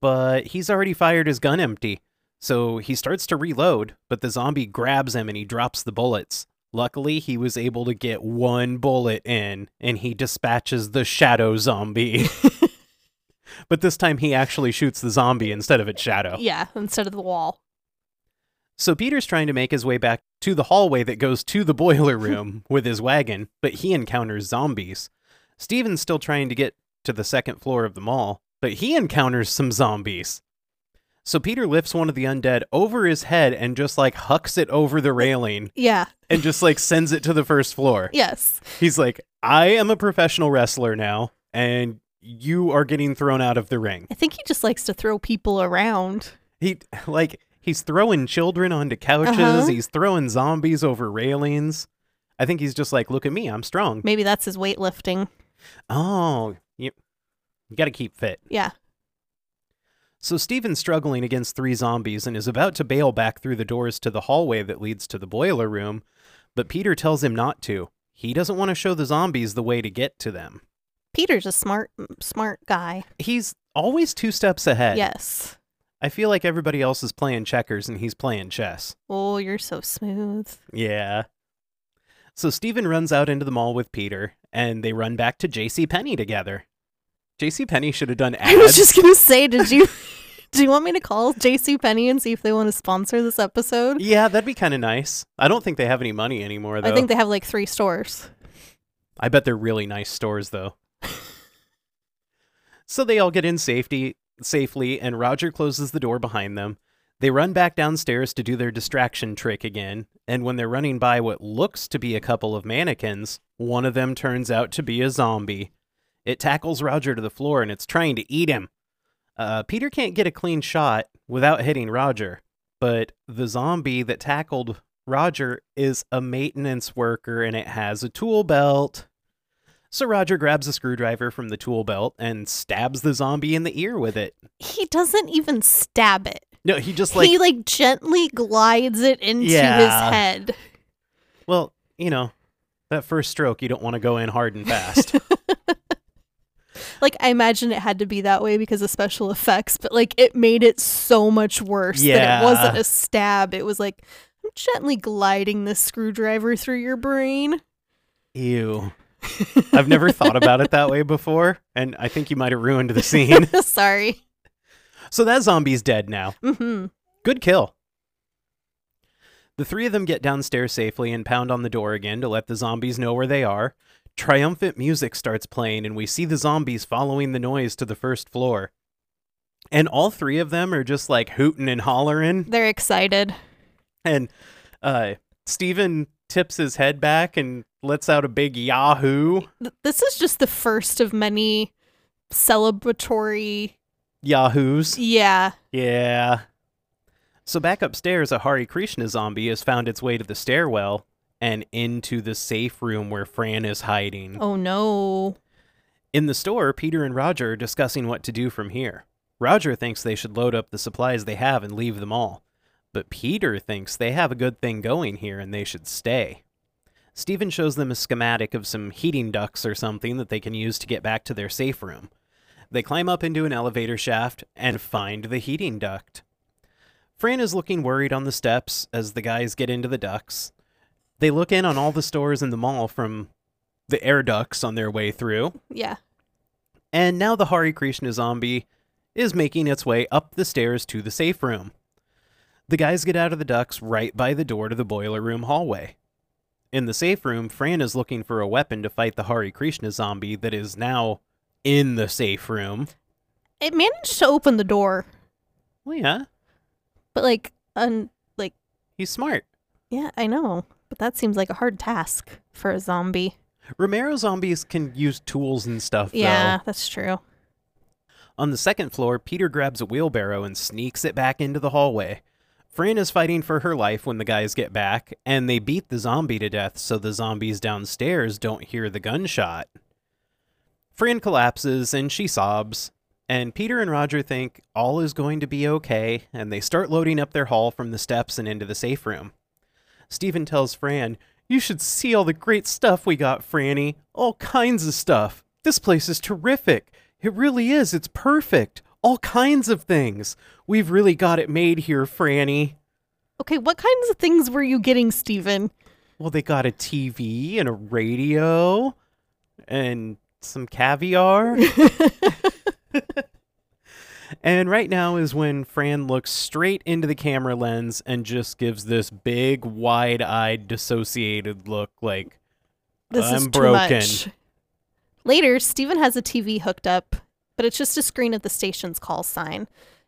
but he's already fired his gun empty. So he starts to reload, but the zombie grabs him and he drops the bullets. Luckily, he was able to get one bullet in and he dispatches the shadow zombie. but this time he actually shoots the Oh. zombie instead of its shadow.
Yeah, instead of the wall.
So Peter's trying to make his way back to the hallway that goes to the boiler room with his wagon, but he encounters zombies. Steven's still trying to get to the second floor of the mall, but he encounters some zombies. So Peter lifts one of the undead over his head and just like hucks it over the railing
Yeah.
and just like sends it to the first floor.
Yes.
He's like, I am a professional wrestler now, and you are getting thrown out of the ring.
I think he just likes to throw people around.
He like he's throwing children onto couches,
Uh-huh.
he's throwing zombies over railings. I think he's just like, look at me, I'm strong.
Maybe that's his weightlifting.
Oh, you, you got to keep fit.
Yeah.
So Steven's struggling against three zombies and is about to bail back through the doors to the hallway that leads to the boiler room, but Peter tells him not to. He doesn't want to show the zombies the way to get to them.
Peter's a smart smart guy.
He's always two steps ahead.
Yes.
I feel like everybody else is playing checkers and he's playing chess.
Oh, you're so smooth.
Yeah. So Steven runs out into the mall with Peter and they run back to JC Penny together. JC Penny should have done ads.
I was just gonna say, did you do you want me to call JC Penny and see if they want to sponsor this episode?
yeah, that'd be kind of nice. I don't think they have any money anymore though.
I think they have like three stores.
I bet they're really nice stores though. so they all get in safety safely and Roger closes the door behind them. They run back downstairs to do their distraction trick again, and when they're running by what looks to be a couple of mannequins, one of them turns out to be a zombie. It tackles Roger to the floor and it's trying to eat him. Uh, Peter can't get a clean shot without hitting Roger, but the zombie that tackled Roger is a maintenance worker and it has a tool belt. So Roger grabs a screwdriver from the tool belt and stabs the zombie in the ear with it.
He doesn't even stab it.
No, he just like
he like gently glides it into his
Yeah.
head.
Well, you know, that first stroke, you don't want to go in hard and fast.
Like I imagine it had to be that way because of special effects, but like it made it so much worse that
Yeah.
it wasn't a stab. It was like I'm gently gliding this screwdriver through your brain.
Ew. I've never thought about it that way before, and I think you might have ruined the scene.
Sorry.
so that zombie's dead now.
hmm
Good kill. The three of them get downstairs safely and pound on the door again to let the zombies know where they are. Triumphant music starts playing, and we see the zombies following the noise to the first floor. And all three of them are just like hooting and hollering.
They're excited.
And uh Steven tips his head back and lets out a big Yahoo.
Th- This is just the first of many celebratory.
Yahoos.
Yeah.
Yeah. So back upstairs, a Hari Krishna zombie has found its way to the stairwell and into the safe room where Fran is hiding.
Oh no.
In the store, Peter and Roger are discussing what to do from here. Roger thinks they should load up the supplies they have and leave them all. But Peter thinks they have a good thing going here and they should stay. Steven shows them a schematic of some heating ducts or something that they can use to get back to their safe room. They climb up into an elevator shaft and find the heating duct. Fran is looking worried on the steps as the guys get into the ducts. They look in on all the stores in the mall from the air ducts on their way through.
Yeah.
And now the Hari Krishna zombie is making its way up the stairs to the safe room. The guys get out of the ducks right by the door to the boiler room hallway. In the safe room, Fran is looking for a weapon to fight the Hari Krishna zombie that is now in the safe room.
It managed to open the door,
Well, yeah,
but like un like
he's smart.
yeah, I know. But that seems like a hard task for a zombie.
Romero zombies can use tools and stuff, though.
Yeah, that's true.
On the second floor, Peter grabs a wheelbarrow and sneaks it back into the hallway. Fran is fighting for her life when the guys get back, and they beat the zombie to death so the zombies downstairs don't hear the gunshot. Fran collapses and she sobs, and Peter and Roger think all is going to be okay, and they start loading up their haul from the steps and into the safe room. Stephen tells Fran, You should see all the great stuff we got, Franny. All kinds of stuff. This place is terrific. It really is. It's perfect. All kinds of things. We've really got it made here, Franny.
Okay, what kinds of things were you getting, Steven?
Well, they got a TV and a radio and some caviar. And right now is when Fran looks straight into the camera lens and just gives this big, wide eyed, dissociated look like,
This is
I'm
too
broken.
much. Later, Steven has a TV hooked up, but it's just a screen of the station's call sign.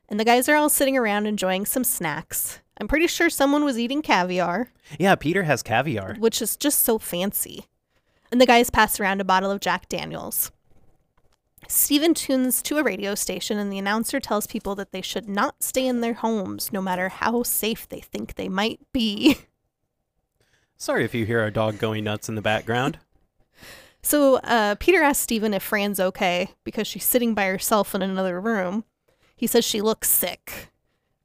And the guys are all sitting around enjoying some snacks. I'm pretty sure someone was eating caviar,
yeah, Peter has caviar.
which is just so fancy. And the guys pass around a bottle of Jack Daniels. Steven tunes to a radio station, and the announcer tells people that they should not stay in their homes, no matter how safe they think they might be.
Sorry if you hear our dog going nuts in the background.
So uh, Peter asks Stephen if Fran's okay because she's sitting by herself in another room. He says she looks sick.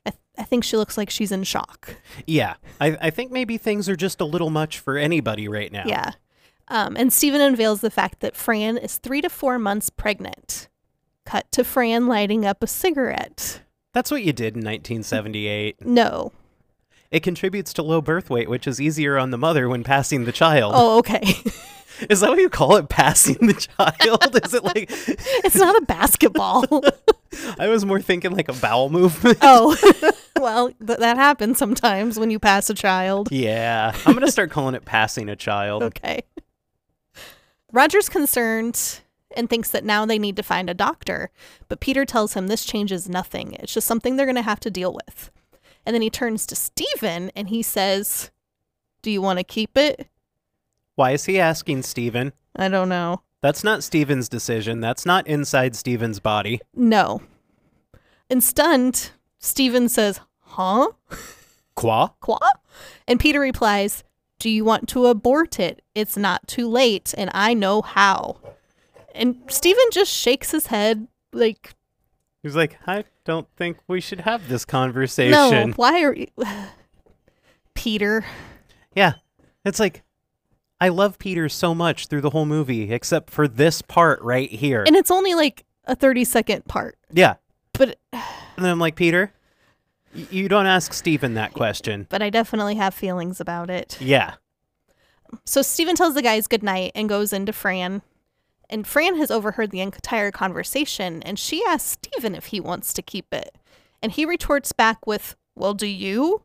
I, th- I think she looks like she's in shock.
Yeah, I, I think maybe things are just a little much for anybody right now.
Yeah. Um, and Stephen unveils the fact that Fran is three to four months pregnant. Cut to Fran lighting up a cigarette.
That's what you did in 1978.
No.
It contributes to low birth weight, which is easier on the mother when passing the child.
Oh, okay.
Is that what you call it, passing the child? is it like,
it's not a basketball.
I was more thinking like a bowel movement.
oh, well, th- that happens sometimes when you pass a child.
Yeah, I'm going to start calling it passing a child.
Okay. Roger's concerned and thinks that now they need to find a doctor, but Peter tells him this changes nothing. It's just something they're going to have to deal with. And then he turns to Steven and he says, Do you want to keep it?
Why is he asking Steven?
I don't know.
That's not Steven's decision. That's not inside Steven's body.
No. And stunned, Steven says, Huh?
Qua?
Qua? And Peter replies, Do you want to abort it? It's not too late, and I know how. And Steven just shakes his head like
He's like, I don't think we should have this
No,
conversation.
why are you... Peter?
Yeah. It's like, I love Peter so much through the whole movie, except for this part right here.
And it's only like a thirty-second part,
yeah.
but
And then I'm like, Peter, y- you don't ask Steven that question.
but I definitely have feelings about it.
Yeah.
So Steven tells the guys goodnight and goes into Fran, and Fran has overheard the entire conversation, and she asks Steven if he wants to keep it, and he retorts back with, "Well, do you?"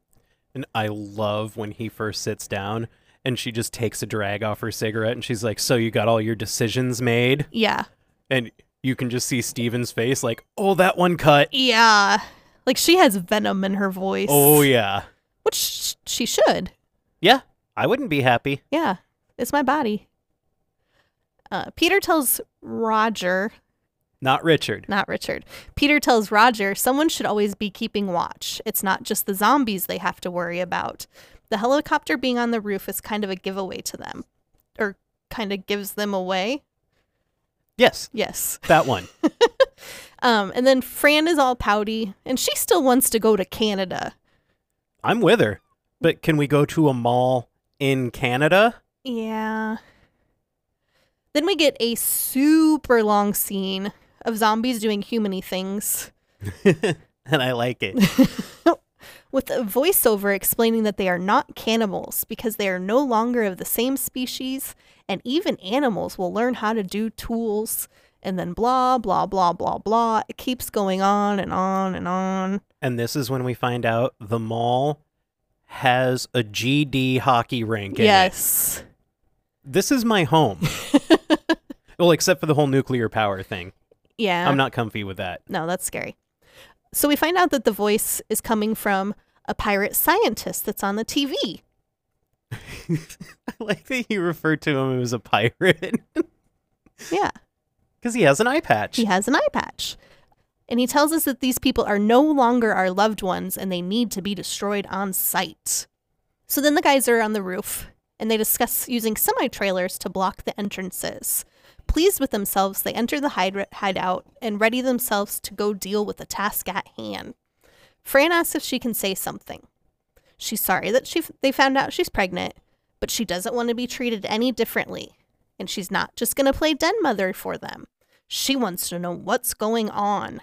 And I love when he first sits down and she just takes a drag off her cigarette and she's like, So you got all your decisions made?
Yeah,
And you can just see Steven's face like, Oh, that one cut.
yeah. Like she has venom in her voice.
Oh, yeah.
which sh- she should.
Yeah. I wouldn't be happy.
Yeah, it's my body. Uh, Peter tells Roger,
Not Richard.
not Richard. Peter tells Roger someone should always be keeping watch. It's not just the zombies they have to worry about. The helicopter being on the roof is kind of a giveaway to them, or kind of gives them away.
Yes.
Yes.
That one.
Um, and then Fran is all pouty, and she still wants to go to Canada.
I'm with her. But can we go to a mall in Canada?
Yeah. Then we get a super long scene of zombies doing humany things.
and I like it.
with a voiceover explaining that they are not cannibals because they are no longer of the same species, and even animals will learn how to do tools, and then blah, blah, blah, blah, blah. It keeps going on and on and on.
And this is when we find out the mall has a GD hockey rink in it.
yes.
This is my home. well, except for the whole nuclear power thing.
Yeah.
I'm not comfy with that.
no, that's scary. So we find out that the voice is coming from a pirate scientist that's on the TV.
I like that you refer to him as a pirate
Yeah.
because he has an eye patch.
He has an eye patch. And he tells us that these people are no longer our loved ones and they need to be destroyed on sight. So then the guys are on the roof and they discuss using semi trailers to block the entrances. Pleased with themselves, they enter the hide- hideout and ready themselves to go deal with the task at hand. Fran asks if she can say something. She's sorry that she f- they found out she's pregnant, but she doesn't want to be treated any differently. And she's not just going to play den mother for them. She wants to know what's going on.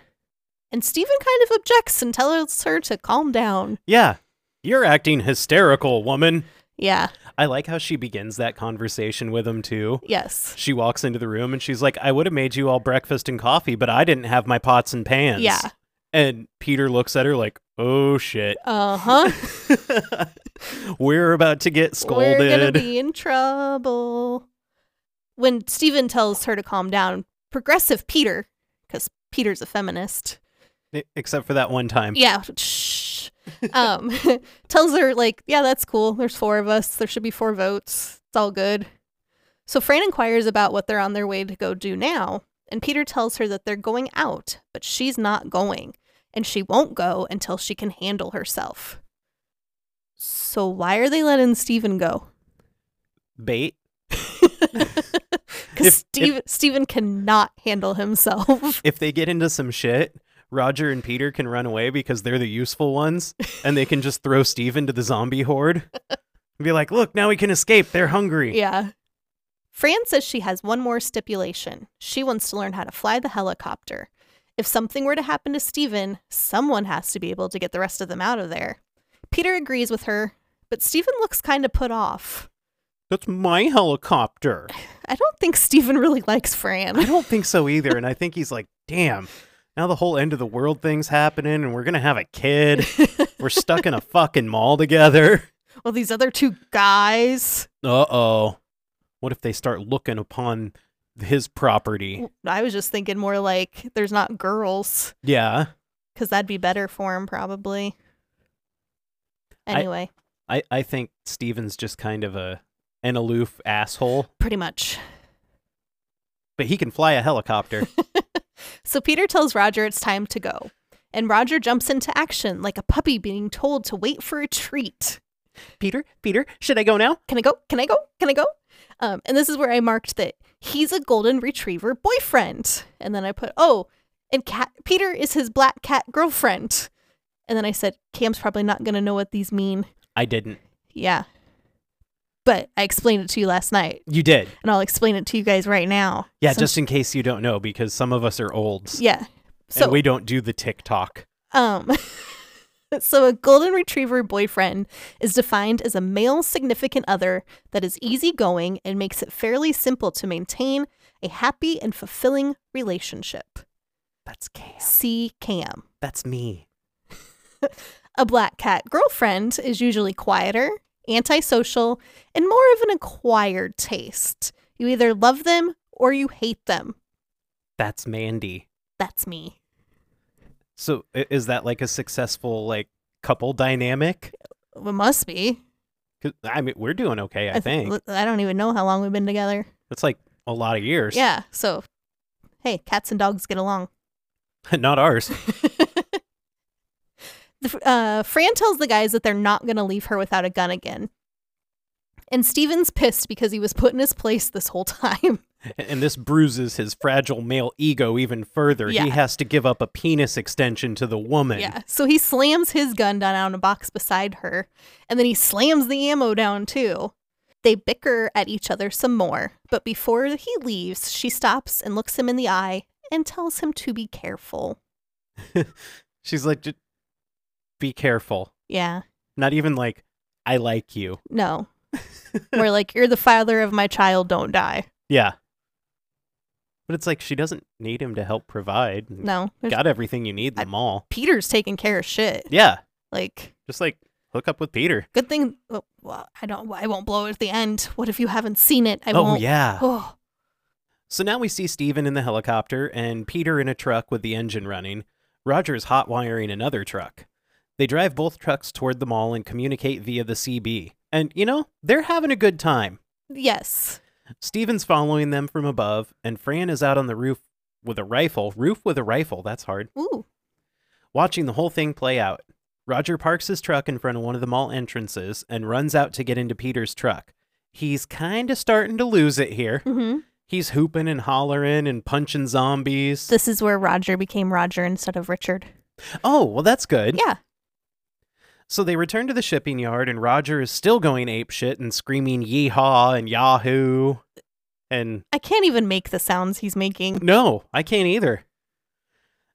And Stephen kind of objects and tells her to calm down.
Yeah. You're acting hysterical, woman.
Yeah,
I like how she begins that conversation with him, too.
yes.
She walks into the room and she's like, I would have made you all breakfast and coffee, but I didn't have my pots and pans.
Yeah.
And Peter looks at her like, oh shit.
Uh huh.
We're about to get
We're gonna
scolded.
be in trouble. When Steven tells her to calm down, progressive Peter, because Peter's a feminist.
E, Except for that one time.
Yeah. Shh. Um, tells her like, yeah, that's cool. There's four of us. There should be four votes. It's all good. So Fran inquires about what they're on their way to go do now, and Peter tells her that they're going out, but she's not going, and she won't go until she can handle herself. So why are they letting Steven go?
Bait. If- if-
Because Steve, Steven cannot handle himself.
If they get into some shit, Roger and Peter can run away because they're the useful ones and they can just throw Steve into the zombie horde. And be like, look, now we can escape. They're hungry.
yeah. Fran says she has one more stipulation. She wants to learn how to fly the helicopter. If something were to happen to Steven, someone has to be able to get the rest of them out of there. Peter agrees with her, but Steven looks kind of put off.
That's my helicopter.
I don't think Steven really likes Fran.
I don't think so either. And I think he's like, damn, now the whole end of the world thing's happening and we're going to have a kid. We're stuck in a fucking mall together.
well, these other two guys.
Uh oh. What if they start looking upon his property?
I was just thinking more like there's not girls.
Yeah.
because that'd be better for him probably.
I-
Anyway,
I, I think Steven's just kind of a an aloof asshole,
pretty much.
but he can fly a helicopter.
So Peter tells Roger it's time to go, and Roger jumps into action like a puppy being told to wait for a treat.
Peter, Peter, should I go now?
Can I go? Can I go? Can I go? Um, and this is where I marked that he's a golden retriever boyfriend, and then I put oh, and cat Peter is his black cat girlfriend, and then I said Cam's probably not gonna know what these mean.
I didn't.
Yeah, but I explained it to you last night.
You did.
and I'll explain it to you guys right now.
Yeah,
So-
just in case you don't know, because some of us are olds
yeah. So
and we don't do the TikTok.
um so a golden retriever boyfriend is defined as a male significant other that is easygoing and makes it fairly simple to maintain a happy and fulfilling relationship.
That's Cam.
See Cam.
That's me.
A black cat girlfriend is usually quieter, antisocial, and more of an acquired taste. You either love them or you hate them.
That's Mandy.
That's me.
So i- is that like a successful like couple dynamic?
It must be.
'Cause, I mean, we're doing okay, I
th-
think.
I don't even know how long we've been together.
It's like a lot of years.
Yeah. So, hey, cats and dogs get along.
Not ours.
The fr- Uh, Fran tells the guys that they're not going to leave her without a gun again. And Steven's pissed because he was put in his place this whole time.
And this bruises his fragile male ego even further. He
Yeah.
has to give up a penis extension to the woman.
yeah. So he slams his gun down on a box beside her. And then he slams the ammo down too. They bicker at each other some more. But before he leaves, she stops and looks him in the eye and tells him to be careful.
She's like, "Ju- be careful.
Yeah.
Not even like, I like you.
No. We're like, you're the father of my child, don't die.
Yeah. But it's like she doesn't need him to help provide.
No. There's-
Got everything you need in
I-
the mall.
Peter's taking care of shit.
Yeah.
Like,
Just like hook up with Peter.
good thing. Well, well, I don't. I won't blow it at the end. What if you haven't seen it? I
oh,
won't.
yeah.
Oh,
So now we see Steven in the helicopter and Peter in a truck with the engine running. Roger's hot wiring another truck. They drive both trucks toward the mall and communicate via the CB. And, you know, they're having a good time.
yes.
Steven's following them from above, and Fran is out on the roof with a rifle. Roof with a rifle, that's hard.
Ooh.
Watching the whole thing play out. Roger parks his truck in front of one of the mall entrances and runs out to get into Peter's truck. He's kind of starting to lose it here.
hmm
He's hooping and hollering and punching zombies.
This is where Roger became Roger instead of Richard.
Oh, well, that's good.
Yeah.
So they return to the shipping yard, and Roger is still going apeshit and screaming yeehaw and yahoo. And
I can't even make the sounds he's making.
no, I can't either.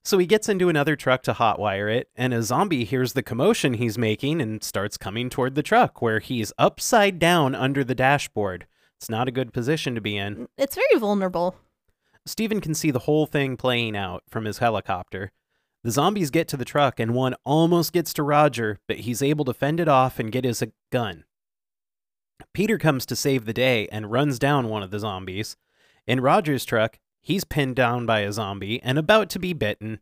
So he gets into another truck to hotwire it, and a zombie hears the commotion he's making and starts coming toward the truck, where he's upside down under the dashboard. It's not a good position to be in.
It's very vulnerable.
Steven can see the whole thing playing out from his helicopter. The zombies get to the truck, and one almost gets to Roger, but he's able to fend it off and get his uh, gun. Peter comes to save the day and runs down one of the zombies. In Roger's truck, he's pinned down by a zombie and about to be bitten.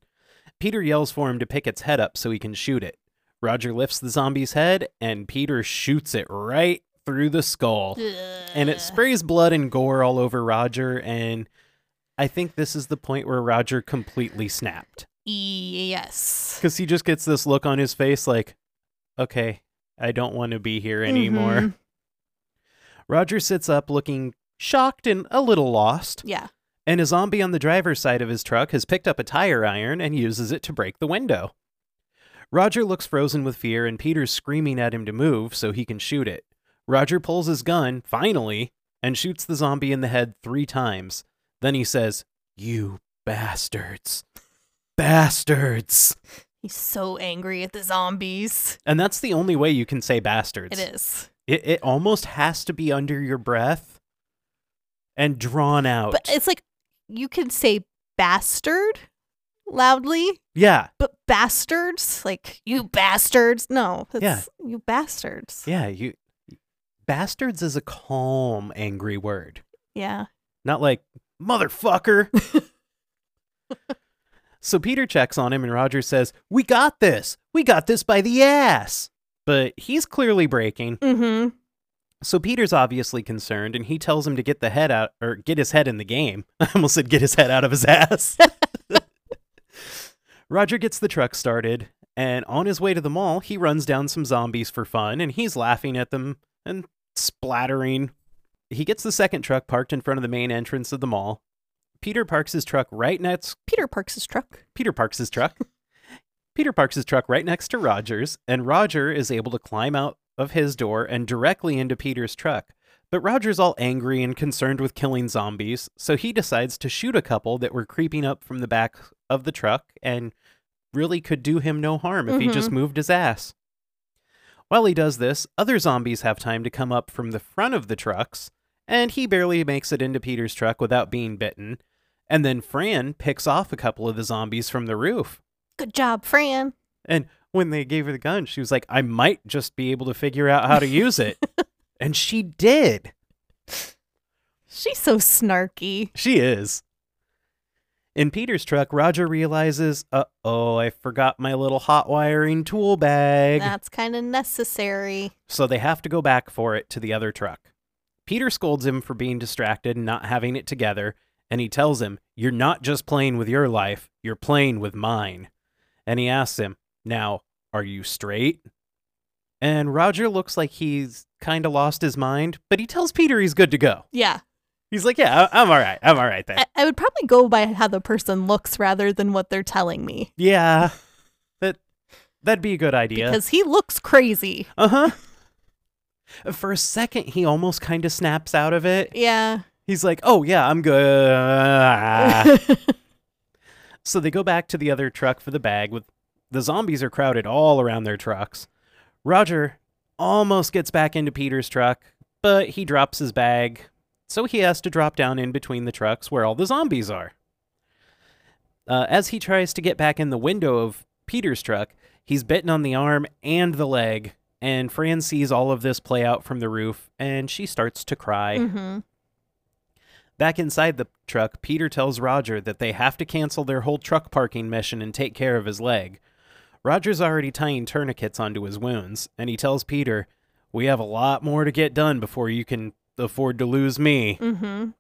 Peter yells for him to pick its head up so he can shoot it. Roger lifts the zombie's head, and Peter shoots it right through the skull Oh. and
Uh-huh.
it sprays blood and gore all over Roger. And I think this is the point where Roger completely snapped
Yes.
because he just gets this look on his face like, okay, I don't want to be here anymore.
Mhm.
Roger sits up looking shocked and a little lost.
Yeah.
And a zombie on the driver's side of his truck has picked up a tire iron and uses it to break the window. Roger looks frozen with fear, and Peter's screaming at him to move so he can shoot it. Roger pulls his gun, finally, and shoots the zombie in the head three times. Then he says, You bastards. Bastards.
He's so angry at the zombies.
And that's the only way you can say bastards.
It is.
It, it almost has to be under your breath and drawn out.
But it's like you can say bastard loudly,
yeah.
but bastards, like you bastards. No, it's
Yeah.
you bastards.
Yeah, you bastards is a calm, angry word.
Yeah.
Not like motherfucker. so Peter checks on him and Roger says, "We got this. We got this by the ass." But he's clearly breaking.
Mm-hmm.
So Peter's obviously concerned and he tells him to get the head out or get his head in the game. I almost said get his head out of his ass. Roger gets the truck started and on his way to the mall, he runs down some zombies for fun and he's laughing at them and splattering. He gets the second truck parked in front of the main entrance of the mall. Peter parks his truck right next
Peter parks his truck.
Peter parks his truck. Peter parks his truck right next to Roger's, and Roger is able to climb out of his door and directly into Peter's truck. But Roger's all angry and concerned with killing zombies, so he decides to shoot a couple that were creeping up from the back of the truck and really could do him no harm if he just moved his ass. While he does this, other zombies have time to come up from the front of the trucks, and he barely makes it into Peter's truck without being bitten. And then Fran picks off a couple of the zombies from the roof.
Good job, Fran.
And when they gave her the gun, she was like, I might just be able to figure out how to use it. and she did.
She's so snarky.
She is. In Peter's truck, Roger realizes, uh oh, I forgot my little hot wiring tool bag.
That's kind of necessary.
So they have to go back for it to the other truck. Peter scolds him for being distracted and not having it together, and he tells him, You're not just playing with your life, you're playing with mine. And he asks him, Now, are you straight? And Roger looks like he's kind of lost his mind, but he tells Peter he's good to go.
Yeah.
He's like, Yeah, I- I'm all right. I'm all right then.
I, I would probably go by how the person looks rather than what they're telling me
yeah. That, that'd be a good idea.
because he looks crazy.
uh huh. For a second, he almost kind of snaps out of it.
Yeah.
He's like, "Oh yeah, I'm good." so they go back to the other truck for the bag with the zombies are crowded all around their trucks. Roger almost gets back into Peter's truck, but he drops his bag. So he has to drop down in between the trucks where all the zombies are. Uh, as he tries to get back in the window of Peter's truck, he's bitten on the arm and the leg, and Fran sees all of this play out from the roof, and she starts to cry.
mm-hmm.
Back inside the truck, Peter tells Roger that they have to cancel their whole truck parking mission and take care of his leg. Roger's already tying tourniquets onto his wounds, and he tells Peter, We have a lot more to get done before you can afford to lose me.
Mm-hmm.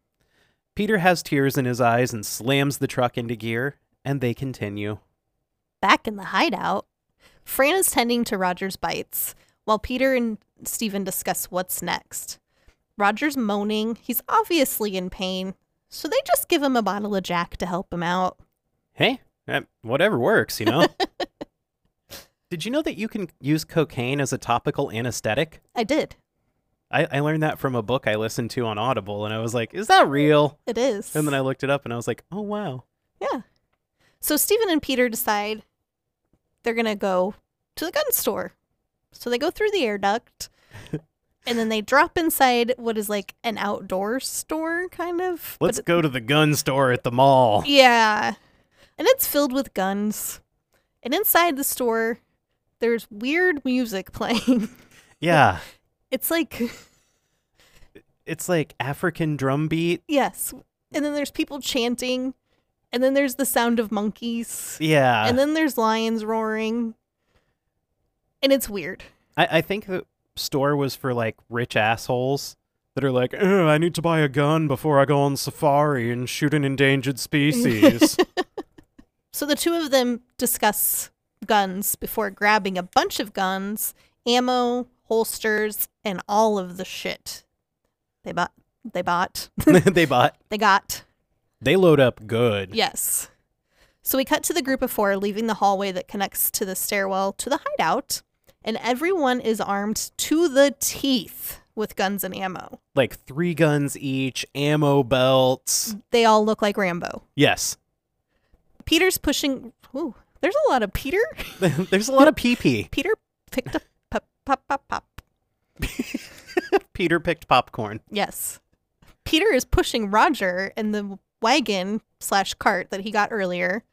Peter has tears in his eyes and slams the truck into gear, and they continue.
Back in the hideout, Fran is tending to Roger's bites while Peter and Stephen discuss what's next. Roger's moaning. He's obviously in pain, so they just give him a bottle of Jack to help him out.
Hey, eh, whatever works, you know? Did you know that you can use cocaine as a topical anesthetic?
I did.
I, I learned that from a book I listened to on Audible, and I was like, Is that real?
It is.
And then I looked it up and I was like, oh, wow.
Yeah. So Stephen and Peter decide they're going to go to the gun store. So they go through the air duct and then they drop inside what is like an outdoor store, kind of. but
Let's go to the gun store at the mall.
Yeah. And it's filled with guns. And inside the store, there's weird music playing.
Yeah.
It's like,
It's like African drum beat.
yes. And then there's people chanting. And then there's the sound of monkeys.
Yeah.
and then there's lions roaring. And it's weird.
I, I think the store was for like rich assholes that are like, "Ugh, I need to buy a gun before I go on safari and shoot an endangered species.
So the two of them discuss guns before grabbing a bunch of guns, ammo, holsters, and all of the shit they bought. They bought.
they bought.
They got.
They load up good.
Yes. So we cut to the group of four leaving the hallway that connects to the stairwell to the hideout, and everyone is armed to the teeth with guns and ammo.
Like three guns each, ammo belts.
They all look like Rambo.
Yes.
Peter's pushing. Ooh, there's a lot of Peter.
There's a lot of pee pee.
Peter picked up pop pop pop pop.
Peter picked popcorn.
Yes, Peter is pushing Roger in the wagon slash cart that he got earlier,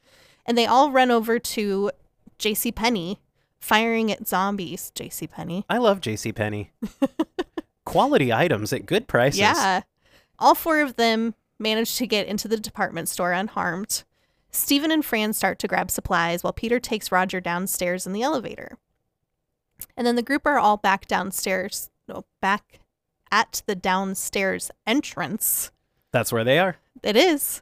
and they all run over to J.C. Penny, firing at zombies. J.C. Penny.
I love JCPenney. Quality items at good prices.
Yeah, all four of them manage to get into the department store unharmed. Stephen and Fran start to grab supplies while Peter takes Roger downstairs in the elevator. And then the group are all back downstairs, no, back at the downstairs entrance.
That's where they are.
It is.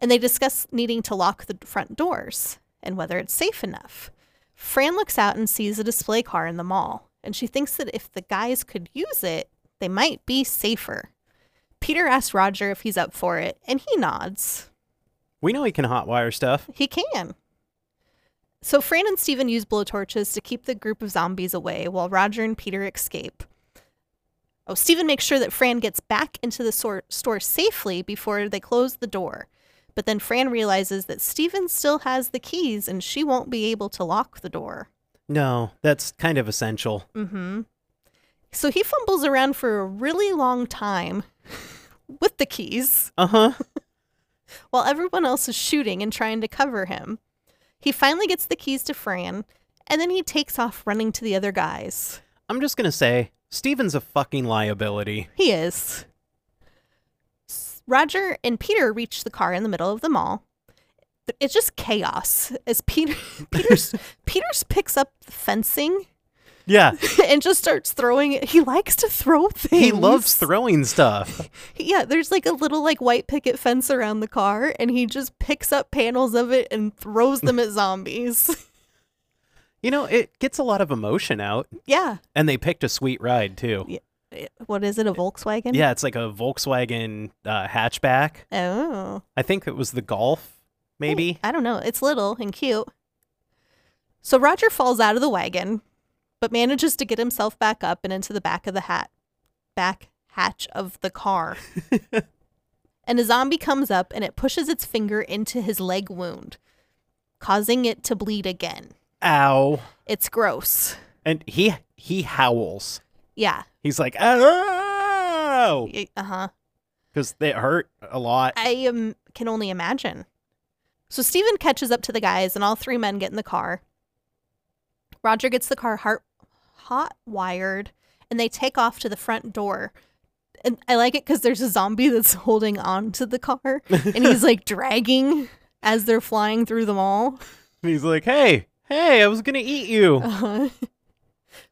And they discuss needing to lock the front doors and whether it's safe enough. Fran looks out and sees a display car in the mall, and she thinks that if the guys could use it, they might be safer. Peter asks Roger if he's up for it, and he nods.
We know he can hotwire stuff.
He can. So Fran and Steven use blowtorches to keep the group of zombies away while Roger and Peter escape. Oh, Steven makes sure that Fran gets back into the sor- store safely before they close the door. But then Fran realizes that Steven still has the keys and she won't be able to lock the door.
No, that's kind of essential.
Mm-hmm. So he fumbles around for a really long time with the keys.
Uh huh.
while everyone else is shooting and trying to cover him. He finally gets the keys to Fran, and then he takes off running to the other guys.
I'm just gonna say, Steven's a fucking liability.
He is. S- Roger and Peter reach the car in the middle of the mall. Th- It's just chaos as Peter Peter's Peter's picks up the fencing
Yeah,
and just starts throwing it. He likes to throw things.
he loves throwing stuff.
Yeah, there's like a little like white picket fence around the car and he just picks up panels of it and throws them at zombies.
You know, it gets a lot of emotion out,
Yeah.
and they picked a sweet ride too.
Yeah. What is it? A Volkswagen?
Yeah, it's like a Volkswagen uh, hatchback.
Oh.
I think it was the Golf, maybe.
I don't know. It's little and cute. So Roger falls out of the wagon, but manages to get himself back up and into the back of the hat, back hatch of the car. and a zombie comes up and it pushes its finger into his leg wound, causing it to bleed again.
Ow!
It's gross.
And he he howls.
Yeah.
He's like, ow,
Uh huh.
because it hurt a lot.
I um, can only imagine. So Steven catches up to the guys, and all three men get in the car. Roger gets the car heart, hot wired, and they take off to the front door. And I like it because there's a zombie that's holding on to the car, and he's like dragging as they're flying through the mall.
And he's like, hey, hey, I was gonna eat you.
Uh-huh.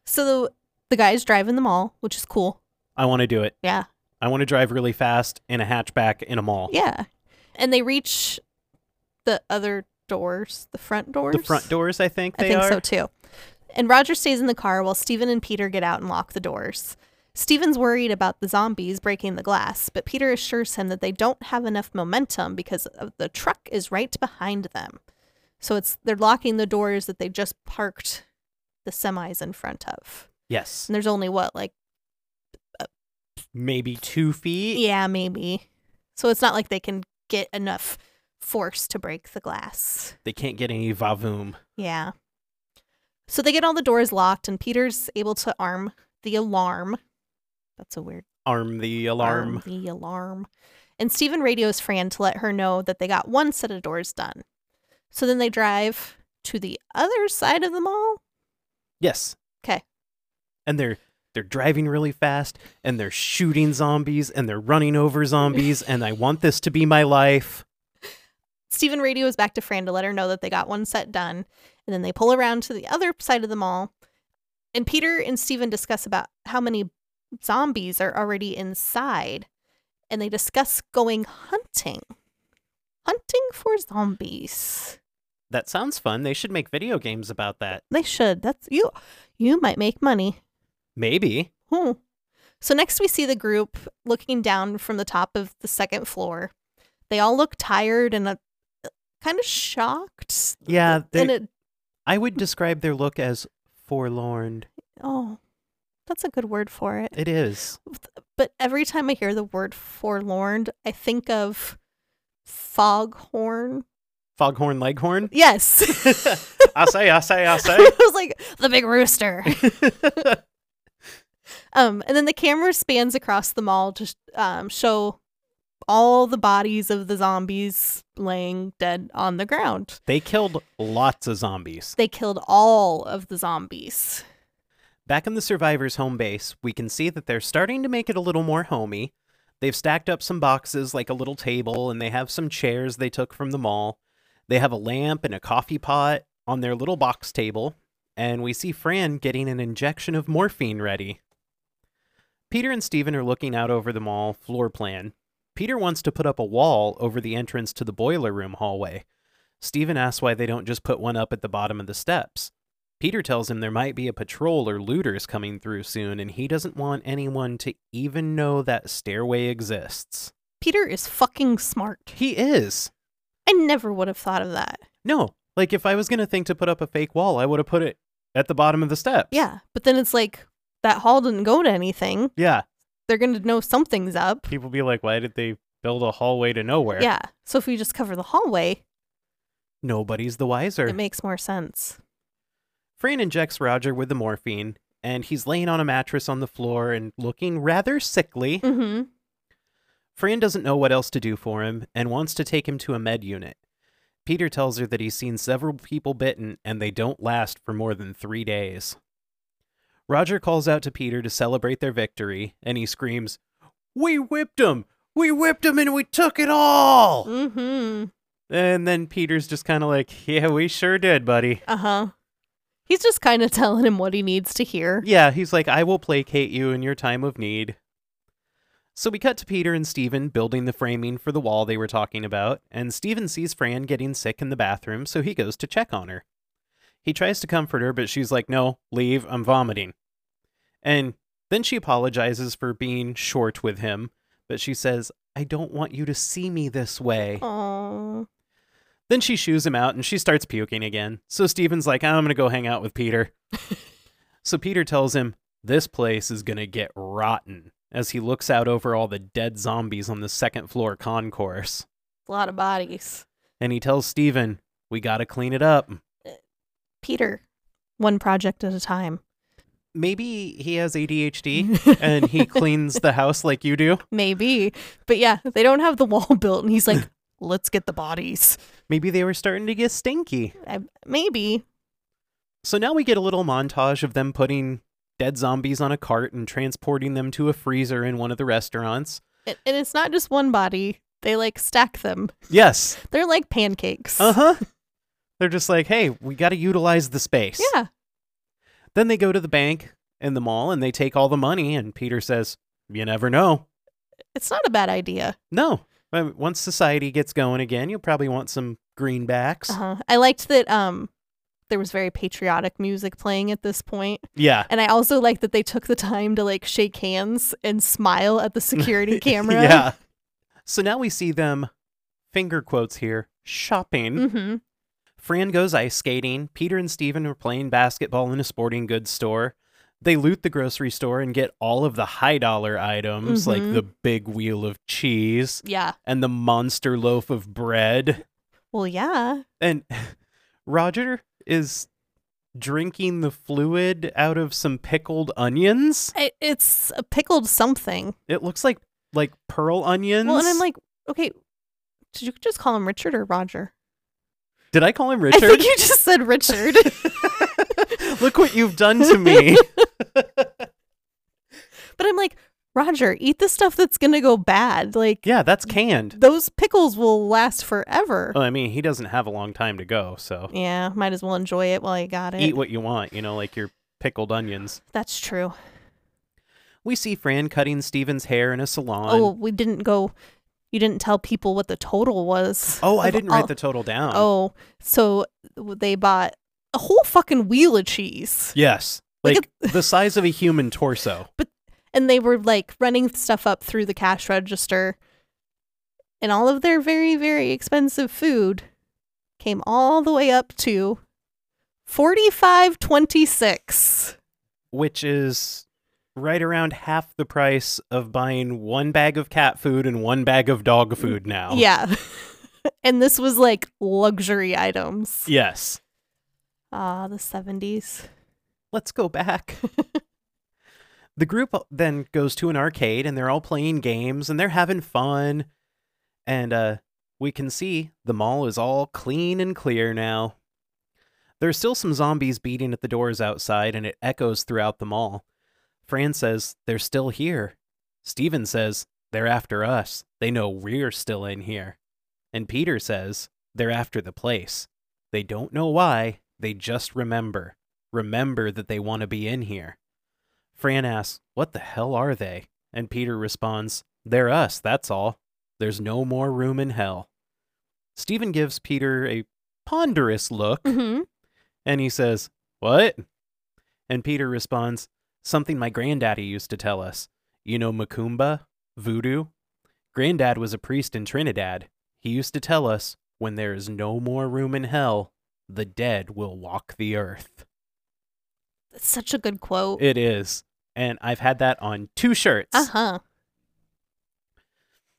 So the, the guys drive in the mall, which is cool.
I want to do it.
Yeah.
I want to drive really fast in a hatchback in a mall.
Yeah. And they reach the other doors, the front doors.
The front doors, I think
I
they
think
are.
so too. And Roger stays in the car while Steven and Peter get out and lock the doors. Steven's worried about the zombies breaking the glass, but Peter assures him that they don't have enough momentum because of- the truck is right behind them. So it's they're locking the doors that they just parked the semis in front of.
Yes,
And there's only what like
maybe two feet.
Mm. yeah, maybe. So it's not like they can get enough force to break the glass.
They can't get any vavoom.
Yeah. So they get all the doors locked, and Peter's able to arm the alarm. That's a weird
Arm the alarm.
arm the alarm. And Steven radios Fran to let her know that they got one set of doors done. So then they drive to the other side of the mall.
Yes.
'Kay.
And they're they're driving really fast and they're shooting zombies and they're running over zombies and I want this to be my life.
Stephen radios back to Fran to let her know that they got one set done, and then they pull around to the other side of the mall. And Peter and Stephen discuss about how many zombies are already inside, and they discuss going hunting. Hunting for zombies.
That sounds fun. They should make video games about that.
They should. That's you. You might make money.
Maybe.
Hmm. So next we see the group looking down from the top of the second floor. They all look tired and uh, kind of shocked.
Yeah, they-
and it
I would describe their look as forlorn.
Oh, that's a good word for it.
It is.
But every time I hear the word forlorn, I think of foghorn.
Foghorn leghorn.
Yes.
I say, I say, I
I was like, the big rooster.
say.
Um, and then the camera spans across the mall to sh- um, show all the bodies of the zombies laying dead on the ground.
they killed lots of zombies.
They killed all of the zombies.
Back in the survivors' home base, we can see that they're starting to make it a little more homey. They've stacked up some boxes like a little table, and they have some chairs they took from the mall. They have a lamp and a coffee pot on their little box table, and we see Fran getting an injection of morphine ready. Peter and Steven are looking out over the mall floor plan. Peter wants to put up a wall over the entrance to the boiler room hallway. Steven asks why they don't just put one up at the bottom of the steps. Peter tells him there might be a patrol or looters coming through soon, and he doesn't want anyone to even know that stairway exists.
Peter is fucking smart.
He is.
I never would have thought of that.
No, like if I was going to think to put up a fake wall, I would have put it at the bottom of the steps.
Yeah. But then it's like, that hall didn't go to anything.
Yeah.
They're going to know something's up.
People be like, why did they build a hallway to nowhere?
Yeah. So if we just cover the hallway,
Nobody's the wiser.
it makes more sense.
Fran injects Roger with the morphine, and he's laying on a mattress on the floor and looking rather sickly.
Mm-hmm.
Fran doesn't know what else to do for him and wants to take him to a med unit. Peter tells her that he's seen several people bitten and they don't last for more than three days. Roger calls out to Peter to celebrate their victory and he screams, We whipped him! We whipped him and we took it all!
Mm-hmm.
And then Peter's just kind of like, Yeah, we sure did, buddy.
Uh-huh. He's just kind of telling him what he needs to hear.
Yeah, he's like, I will placate you in your time of need. So we cut to Peter and Steven building the framing for the wall they were talking about, and Steven sees Fran getting sick in the bathroom, so he goes to check on her. He tries to comfort her, but she's like, No, leave, I'm vomiting. And then she apologizes for being short with him, but she says, I don't want you to see me this way.
Oh.
Then she shoos him out and she starts puking again. So Steven's like, I'm going to go hang out with Peter. so Peter tells him, This place is going to get rotten as he looks out over all the dead zombies on the second floor concourse.
A lot of bodies.
And he tells Steven, We got to clean it up.
Peter, one project at a time.
Maybe he has ADHD and he cleans the house like you do.
Maybe. But yeah, they don't have the wall built and he's like, let's get the bodies.
Maybe they were starting to get stinky.
I, maybe.
So now we get a little montage of them putting dead zombies on a cart and transporting them to a freezer in one of the restaurants.
And, and it's not just one body. They like stack them.
Yes.
They're like pancakes.
Uh huh. They're just like, hey, we got to utilize the space.
Yeah.
Then they go to the bank in the mall and they take all the money. And Peter says, you never know.
It's not a bad idea.
No. I mean, Once society gets going again, you'll probably want some greenbacks.
Uh-huh. I liked that um there was very patriotic music playing at this point.
Yeah.
And I also liked that they took the time to like shake hands and smile at the security camera.
Yeah. So now we see them, finger quotes here, shopping.
Mm-hmm.
Fran goes ice skating. Peter and Steven are playing basketball in a sporting goods store. They loot the grocery store and get all of the high dollar items, like
Mhm.
the big wheel of cheese.
Yeah.
and the monster loaf of bread.
Well, yeah.
And Roger is drinking the fluid out of some pickled onions.
I, it's a pickled something.
It looks like like pearl onions.
Well, and I'm like, okay, did you just call him Richard or Roger?
Did I call him
I
Richard?
think you just said Richard.
Look what you've done to me.
but I'm like, Roger, eat the stuff that's going to go bad. Like,
yeah, that's canned.
those pickles will last forever.
Well, I mean, he doesn't have a long time to go, so
yeah, might as well enjoy it while you got it.
eat what you want, you know, like your pickled onions.
That's true.
We see Fran cutting Steven's hair in a salon.
Oh, we didn't go. You didn't tell people what the total was.
Oh, I
of
didn't write
all-
the total down.
Oh, so they bought a whole fucking wheel of cheese.
Yes.
Like
Like the size of a human torso.
and they were like running stuff up through the cash register and all of their very very expensive food came all the way up to 4526
which is right around half the price of buying one bag of cat food and one bag of dog food now.
yeah and this was like luxury items
Yes.
ah the 70s
Let's go back. the group then goes to an arcade and they're all playing games and they're having fun. And uh, we can see the mall is all clean and clear now. There's still some zombies beating at the doors outside and it echoes throughout the mall. Fran says, They're still here. Steven says, They're after us. They know we're still in here. And Peter says, They're after the place. They don't know why, they just remember remember that they want to be in here. Fran asks, What the hell are they? And Peter responds, They're us, that's all. There's no more room in hell. Stephen gives Peter a ponderous look
mm-hmm.
and he says, What? And Peter responds, Something my granddaddy used to tell us. You know Macumba? Voodoo? Granddad was a priest in Trinidad. He used to tell us, When there is no more room in hell, the dead will walk the earth.
that's such a good quote
It is. And I've had that on two shirts.
uh-huh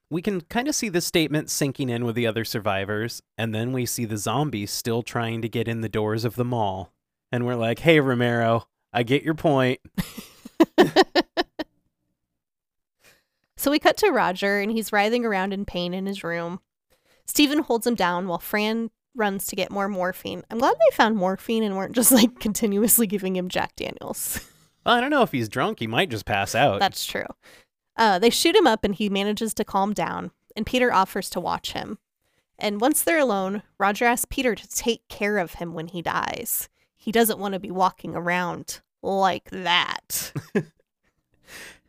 We can kind of see this statement sinking in with the other survivors, and then we see the zombies still trying to get in the doors of the mall. And we're like, hey, Romero, I get your point.
So we cut to Roger, and he's writhing around in pain in his room. Stephen holds him down while Fran runs to get more morphine. I'm glad they found morphine and weren't just like continuously giving him Jack Daniels.
I don't know if he's drunk. He might just pass out.
That's true. Uh, they shoot him up, and he manages to calm down, and Peter offers to watch him. And once they're alone, Roger asks Peter to take care of him when he dies. He doesn't want to be walking around like that.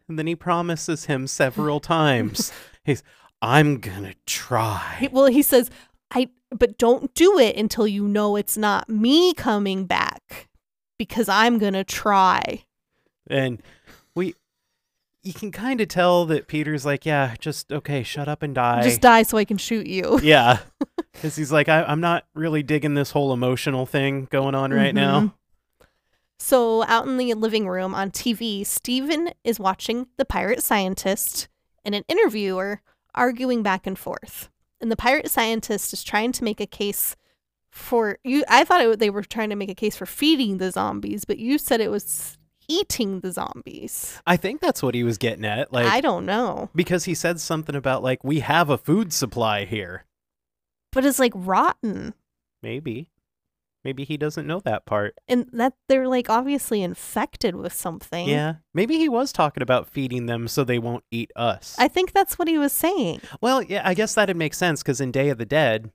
and then he promises him several times. he's, I'm going to try.
He- well, he says, "I but don't do it until you know it's not me coming back because I'm going to try."
And we, you can kind of tell that Peter's like, yeah, just, okay, shut up and die.
Just die so I can shoot you.
yeah because he's like I, i'm not really digging this whole emotional thing going on right
Mm-hmm.
now
So, out in the living room on TV, Steven is watching The Pirate Scientist and an interviewer arguing back and forth. And the pirate scientist is trying to make a case for you. I thought it, they were trying to make a case for feeding the zombies, but you said it was eating the zombies.
i think that's what he was getting at like
I don't know.
because he said something about like we have a food supply here
but it's like rotten
maybe maybe he doesn't know that part
and that they're like obviously infected with something
yeah maybe he was talking about feeding them so they won't eat us
i think that's what he was saying
well yeah i guess that'd make sense because in day of the dead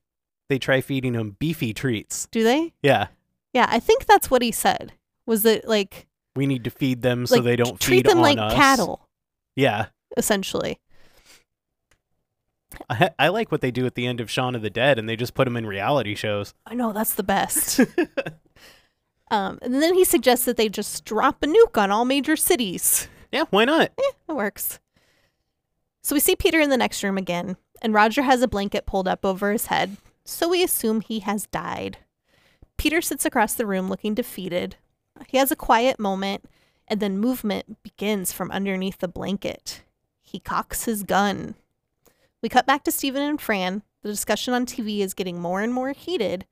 they try feeding them beefy treats
do they
yeah
yeah i think that's what he said was that like
we need to feed them so
like
they don't
treat
feed
them
on
like
us.
cattle
yeah
essentially
I, I like what they do at the end of Shaun of the Dead and they just put them in reality shows
i know that's the best um and then he suggests that they just drop a nuke on all major cities
Yeah, why not?
It works. So we see Peter in the next room again, and Roger has a blanket pulled up over his head, so we assume he has died. Peter sits across the room looking defeated. He has a quiet moment, and then movement begins from underneath the blanket. He cocks his gun. We cut back to Stephen and Fran. The discussion on TV is getting more and more heated,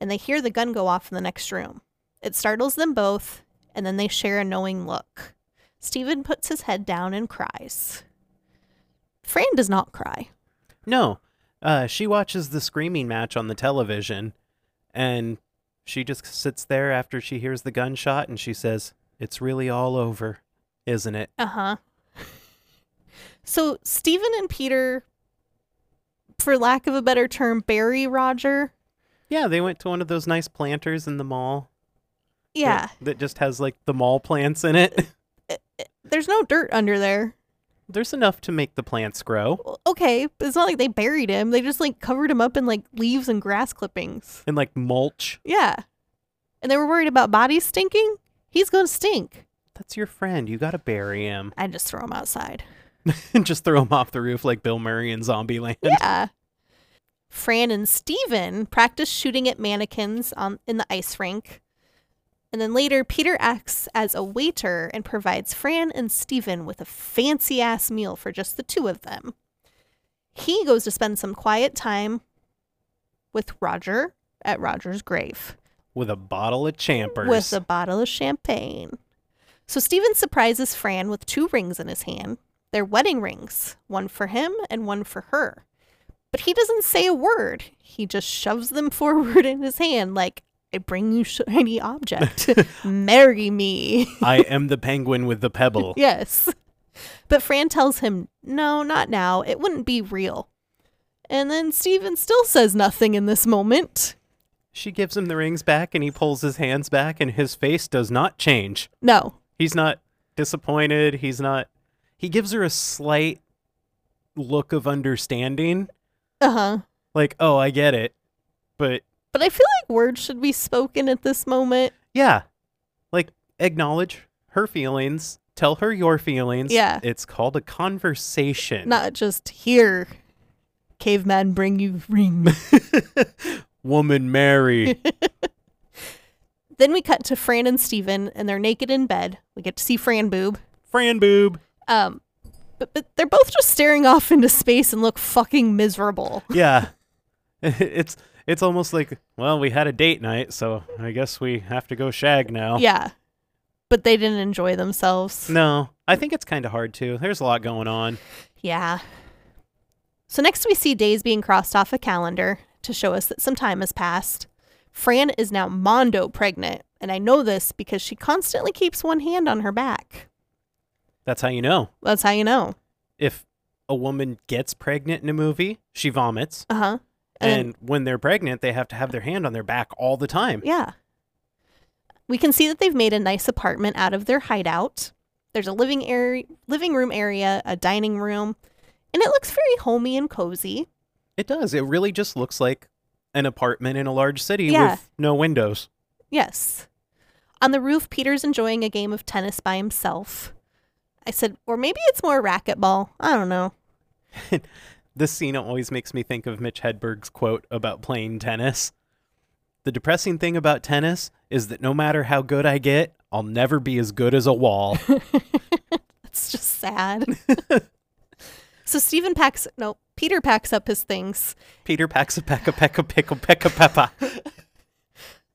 and they hear the gun go off in the next room. It startles them both, and then they share a knowing look. Stephen puts his head down and cries. Fran does not cry.
No. Uh, she watches the screaming match on the television And she just sits there after she hears the gunshot and she says, It's really all over, isn't it?
Uh huh. So Stephen and Peter, for lack of a better term, bury Roger.
Yeah, they went to one of those nice planters in the mall. that-
Yeah,
That just has like the mall plants in it.
there's no dirt under there.
There's enough to make the plants grow
Well, Okay, but it's not like they buried him. They just like covered him up in like leaves and grass clippings.
and like mulch.
Yeah. And they were worried about bodies stinking. He's going to stink.
That's your friend. You got to bury him
I just throw him outside.
and just throw him off the roof like Bill Murray in Zombieland.
Yeah. Fran and Steven practice shooting at mannequins on in the ice rink. And then later Peter acts as a waiter and provides Fran and Steven with a fancy ass meal for just the two of them. He goes to spend some quiet time with Roger at Roger's grave
with a bottle of champers.
with a bottle of champagne. So Steven surprises Fran with two rings in his hand. They're wedding rings, one for him and one for her. But he doesn't say a word. He just shoves them forward in his hand like, I bring you shiny object. Marry me.
I am the penguin with the pebble.
yes. But Fran tells him, No, not now. It wouldn't be real. And then Steven still says nothing in this moment.
She gives him the rings back and he pulls his hands back and his face does not change.
No.
He's not disappointed. He's not. He gives her a slight look of understanding.
Uh huh.
Like, oh, I get it. But
But I feel like words should be spoken at this moment.
yeah, like, acknowledge her feelings. Tell her your feelings.
Yeah.
It's called a conversation.
Not just here, caveman bring you ring.
Woman, marry.
then we cut to Fran and Steven, and they're naked in bed. We get to see Fran boob.
Fran boob.
Um, but, but they're both just staring off into space and look fucking miserable.
Yeah. it's. It's almost like, well, we had a date night, so I guess we have to go shag now.
Yeah. But they didn't enjoy themselves.
Oh. No, I think it's kind of hard too. There's a lot going on.
Yeah. So next we see days being crossed off a calendar to show us that some time has passed. Fran is now mondo pregnant, and I know this because she constantly keeps one hand on her back.
That's how you know.
That's how you know.
If a woman gets pregnant in a movie, she vomits.
Uh huh.
And, when they're pregnant, they have to have their hand on their back all the time.
Yeah. We can see that they've made a nice apartment out of their hideout. There's a living area, living room area, a dining room, and it looks very homey and cozy.
It does. It really just looks like an apartment in a large city
Yeah.
with no windows.
Yes. On the roof, Peter's enjoying a game of tennis by himself. I said, or maybe it's more racquetball. I don't know.
This scene always makes me think of Mitch Hedberg's quote about playing tennis. The depressing thing about tennis is that no matter how good I get, I'll never be as good as a wall.
That's just sad. so Stephen packs, no, Peter packs up his things.
Peter packs a peck a peck a pickle peck a peppa.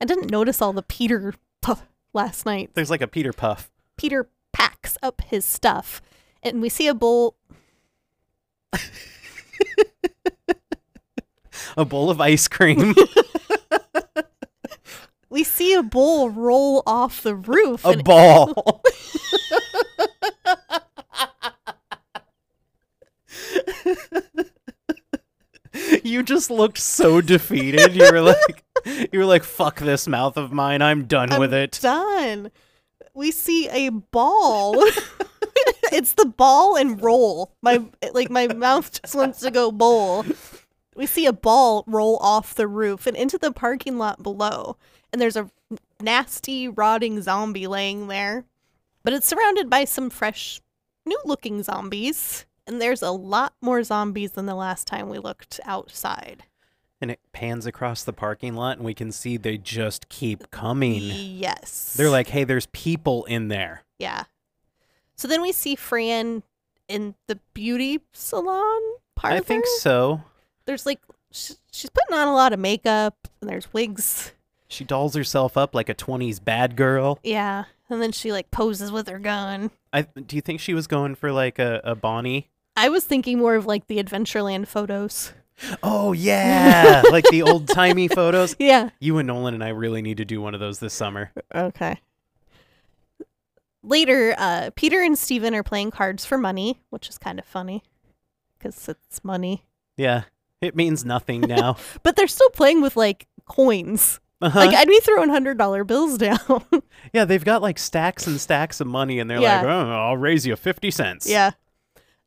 I didn't notice all the Peter puff last night.
There's like a Peter puff.
Peter packs up his stuff, and we see a bowl.
a bowl of ice cream,
We see a bowl roll off the roof.
a
and
ball. you just looked so defeated. You were like, you were like, fuck this mouth of mine. I'm done
I'm
with it.
done. We see a ball. it's the ball and roll. My like my mouth just wants to go bowl. We see a ball roll off the roof and into the parking lot below. And there's a nasty rotting zombie laying there. But it's surrounded by some fresh new looking zombies. And there's a lot more zombies than the last time we looked outside.
And it pans across the parking lot, and we can see they just keep coming.
Yes.
They're like, hey, there's people in there.
Yeah. So then we see Fran in the beauty salon part.
I
of
think
her.
so.
There's like sh- she's putting on a lot of makeup and there's wigs.
She dolls herself up like a 20s bad girl.
Yeah. And then she like poses with her gun.
I, do you think she was going for like a, a Bonnie?
I was thinking more of like the Adventureland photos.
Oh yeah, like the old timey photos.
Yeah.
You and Nolan and I really need to do one of those this summer.
Okay. Later, uh, Peter and Steven are playing cards for money, which is kind of funny because it's money.
Yeah, it means nothing now.
But they're still playing with like coins.
Uh-huh.
Like, I'd be throwing $100 bills down.
yeah, they've got like stacks and stacks of money, and they're
Yeah.
like, "Oh, I'll raise you fifty cents."
Yeah.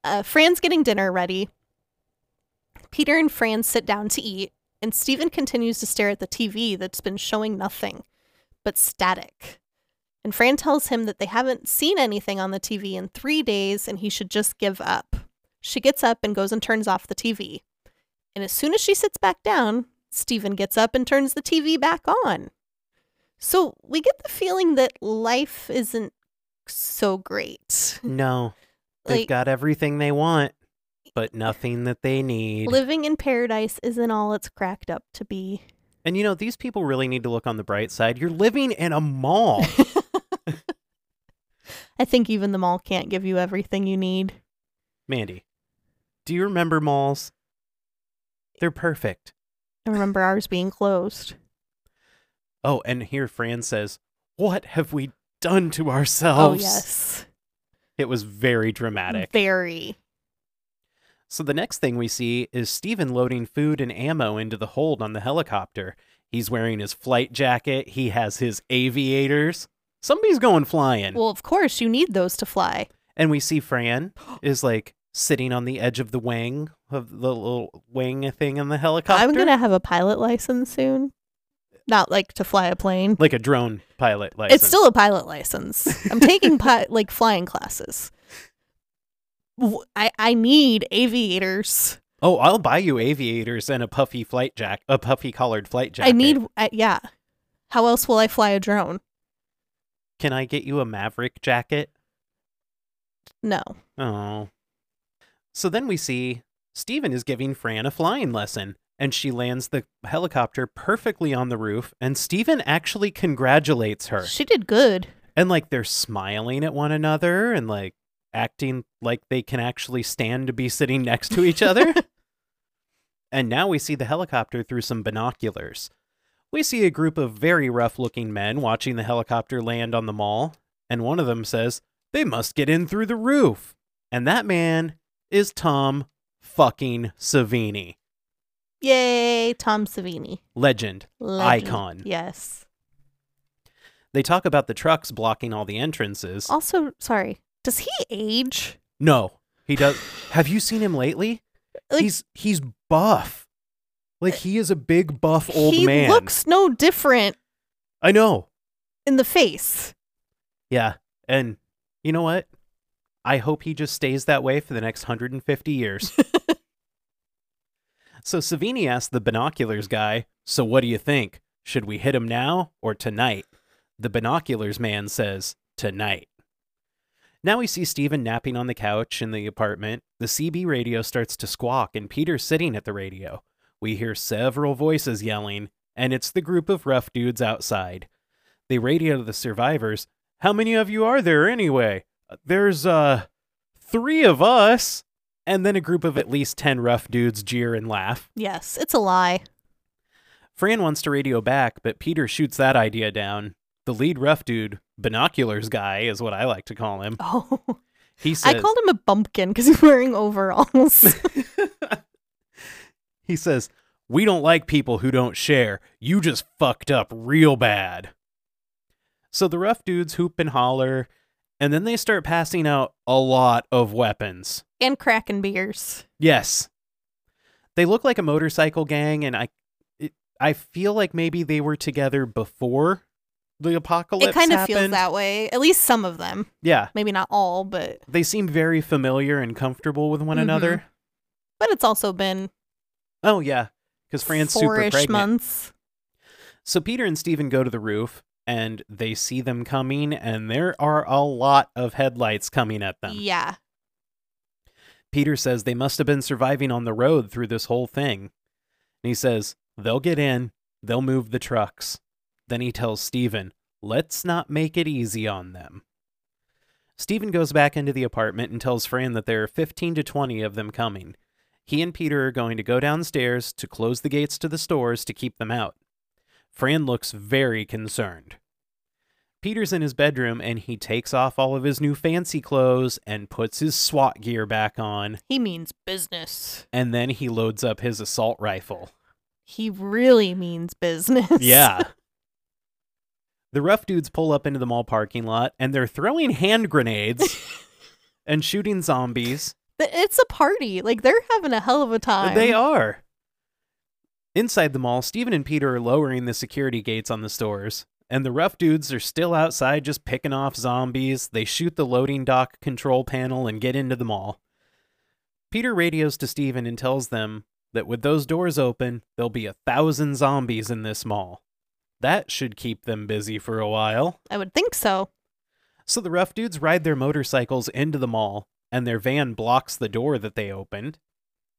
Uh, Fran's getting dinner ready. Peter and Fran sit down to eat, and Stephen continues to stare at the TV that's been showing nothing but static. And Fran tells him that they haven't seen anything on the TV in three days and he should just give up. She gets up and goes and turns off the TV. And as soon as she sits back down, Stephen gets up and turns the TV back on. So we get the feeling that life isn't so great.
No, they've got everything they want, but nothing that they need.
Living in paradise isn't all it's cracked up to be.
and you know, these people really need to look on the bright side. You're living in a mall.
I think even the mall can't give you everything you need.
Mandy, do you remember malls? They're perfect.
I remember ours being closed.
Oh, and here Fran says, What have we done to
Oh,
ourselves?
yes. Mm.
It was very dramatic.
Very.
So the next thing we see is Steven loading food and ammo into the hold on the helicopter. He's wearing his flight jacket, he has his aviators. Somebody's going flying.
Well, of course, you need those to fly.
and we see Fran is like sitting on the edge of the wing of the little wing thing in the helicopter.
I'm going to have a pilot license soon. Not like to fly a plane.
like a drone pilot license.
It's still a pilot license. I'm taking pi- like flying classes. W- I, I need aviators.
Oh, I'll buy you aviators and a puffy flight jack, a puffy collared flight jacket.
I need, I, yeah. How else will I fly a drone?
Can I get you a Maverick jacket?
No.
Oh. So then we see Steven is giving Fran a flying lesson, and she lands the helicopter perfectly on the roof, and Steven actually congratulates her.
She did good.
And like they're smiling at one another and like acting like they can actually stand to be sitting next to each other. and now we see the helicopter through some binoculars. We see a group of very rough looking men watching the helicopter land on the mall, and one of them says, They must get in through the roof. And that man is Tom fucking Savini.
Yay, Tom Savini.
Legend.
Legend.
Icon.
Yes.
They talk about the trucks blocking all the entrances.
Also, sorry, does he age?
No, he does. Have you seen him lately?
Like-
he's he's buff. Like he is a big buff old
he
man.
looks no different
I know.
in the face.
Yeah, and you know what? I hope he just stays that way for the next 150 years. so Savini asked the binoculars guy, "So what do you think? Should we hit him now or tonight?" The binoculars man says, "Tonight." Now we see Steven napping on the couch in the apartment. The CB radio starts to squawk, and Peter's sitting at the radio. We hear several voices yelling, and it's the group of rough dudes outside. They radio to the survivors How many of you are there anyway? There's, uh, three of us. And then a group of at least 10 rough dudes jeer and laugh.
Yes, it's a lie.
Fran wants to radio back, but Peter shoots that idea down. The lead rough dude, binoculars guy is what I like to call him.
Oh,
He says,
I called him a bumpkin because he's wearing overalls.
He says, We don't like people who don't share. You just fucked up real bad. So the rough dudes hoop and holler, and then they start passing out a lot of weapons.
and Kraken beers.
Yes. They look like a motorcycle gang, and I, it, I feel like maybe they were together before the apocalypse.
It kind of feels
happened.
that way. At least some of them.
Yeah.
Maybe not all, but
They seem very familiar and comfortable with one
Mhm.
another.
but it's also been
Oh, yeah. Because Fran's super
four-ish
pregnant.
months.
So Peter and Steven go to the roof and they see them coming, and there are a lot of headlights coming at them.
Yeah,
Peter says they must have been surviving on the road through this whole thing. And he says, They'll get in, they'll move the trucks. Then he tells Steven, Let's not make it easy on them. Steven goes back into the apartment and tells Fran that there are 15 to 20 of them coming. He and Peter are going to go downstairs to close the gates to the stores to keep them out. Fran looks very concerned. Peter's in his bedroom and he takes off all of his new fancy clothes and puts his SWAT gear back on,
He means business.
and then he loads up his assault rifle.
He really means business.
Yeah. the rough dudes pull up into the mall parking lot and they're throwing hand grenades and shooting zombies.
But It's a party. Like they're having a hell of a time.
They are. Inside the mall, Steven and Peter are lowering the security gates on the stores, and the rough dudes are still outside just picking off zombies. They shoot the loading dock control panel and get into the mall. Peter radios to Steven and tells them that with those doors open, there'll be a thousand zombies in this mall. That should keep them busy for a while.
I would think so.
So the rough dudes ride their motorcycles into the mall, and their van blocks the door that they opened.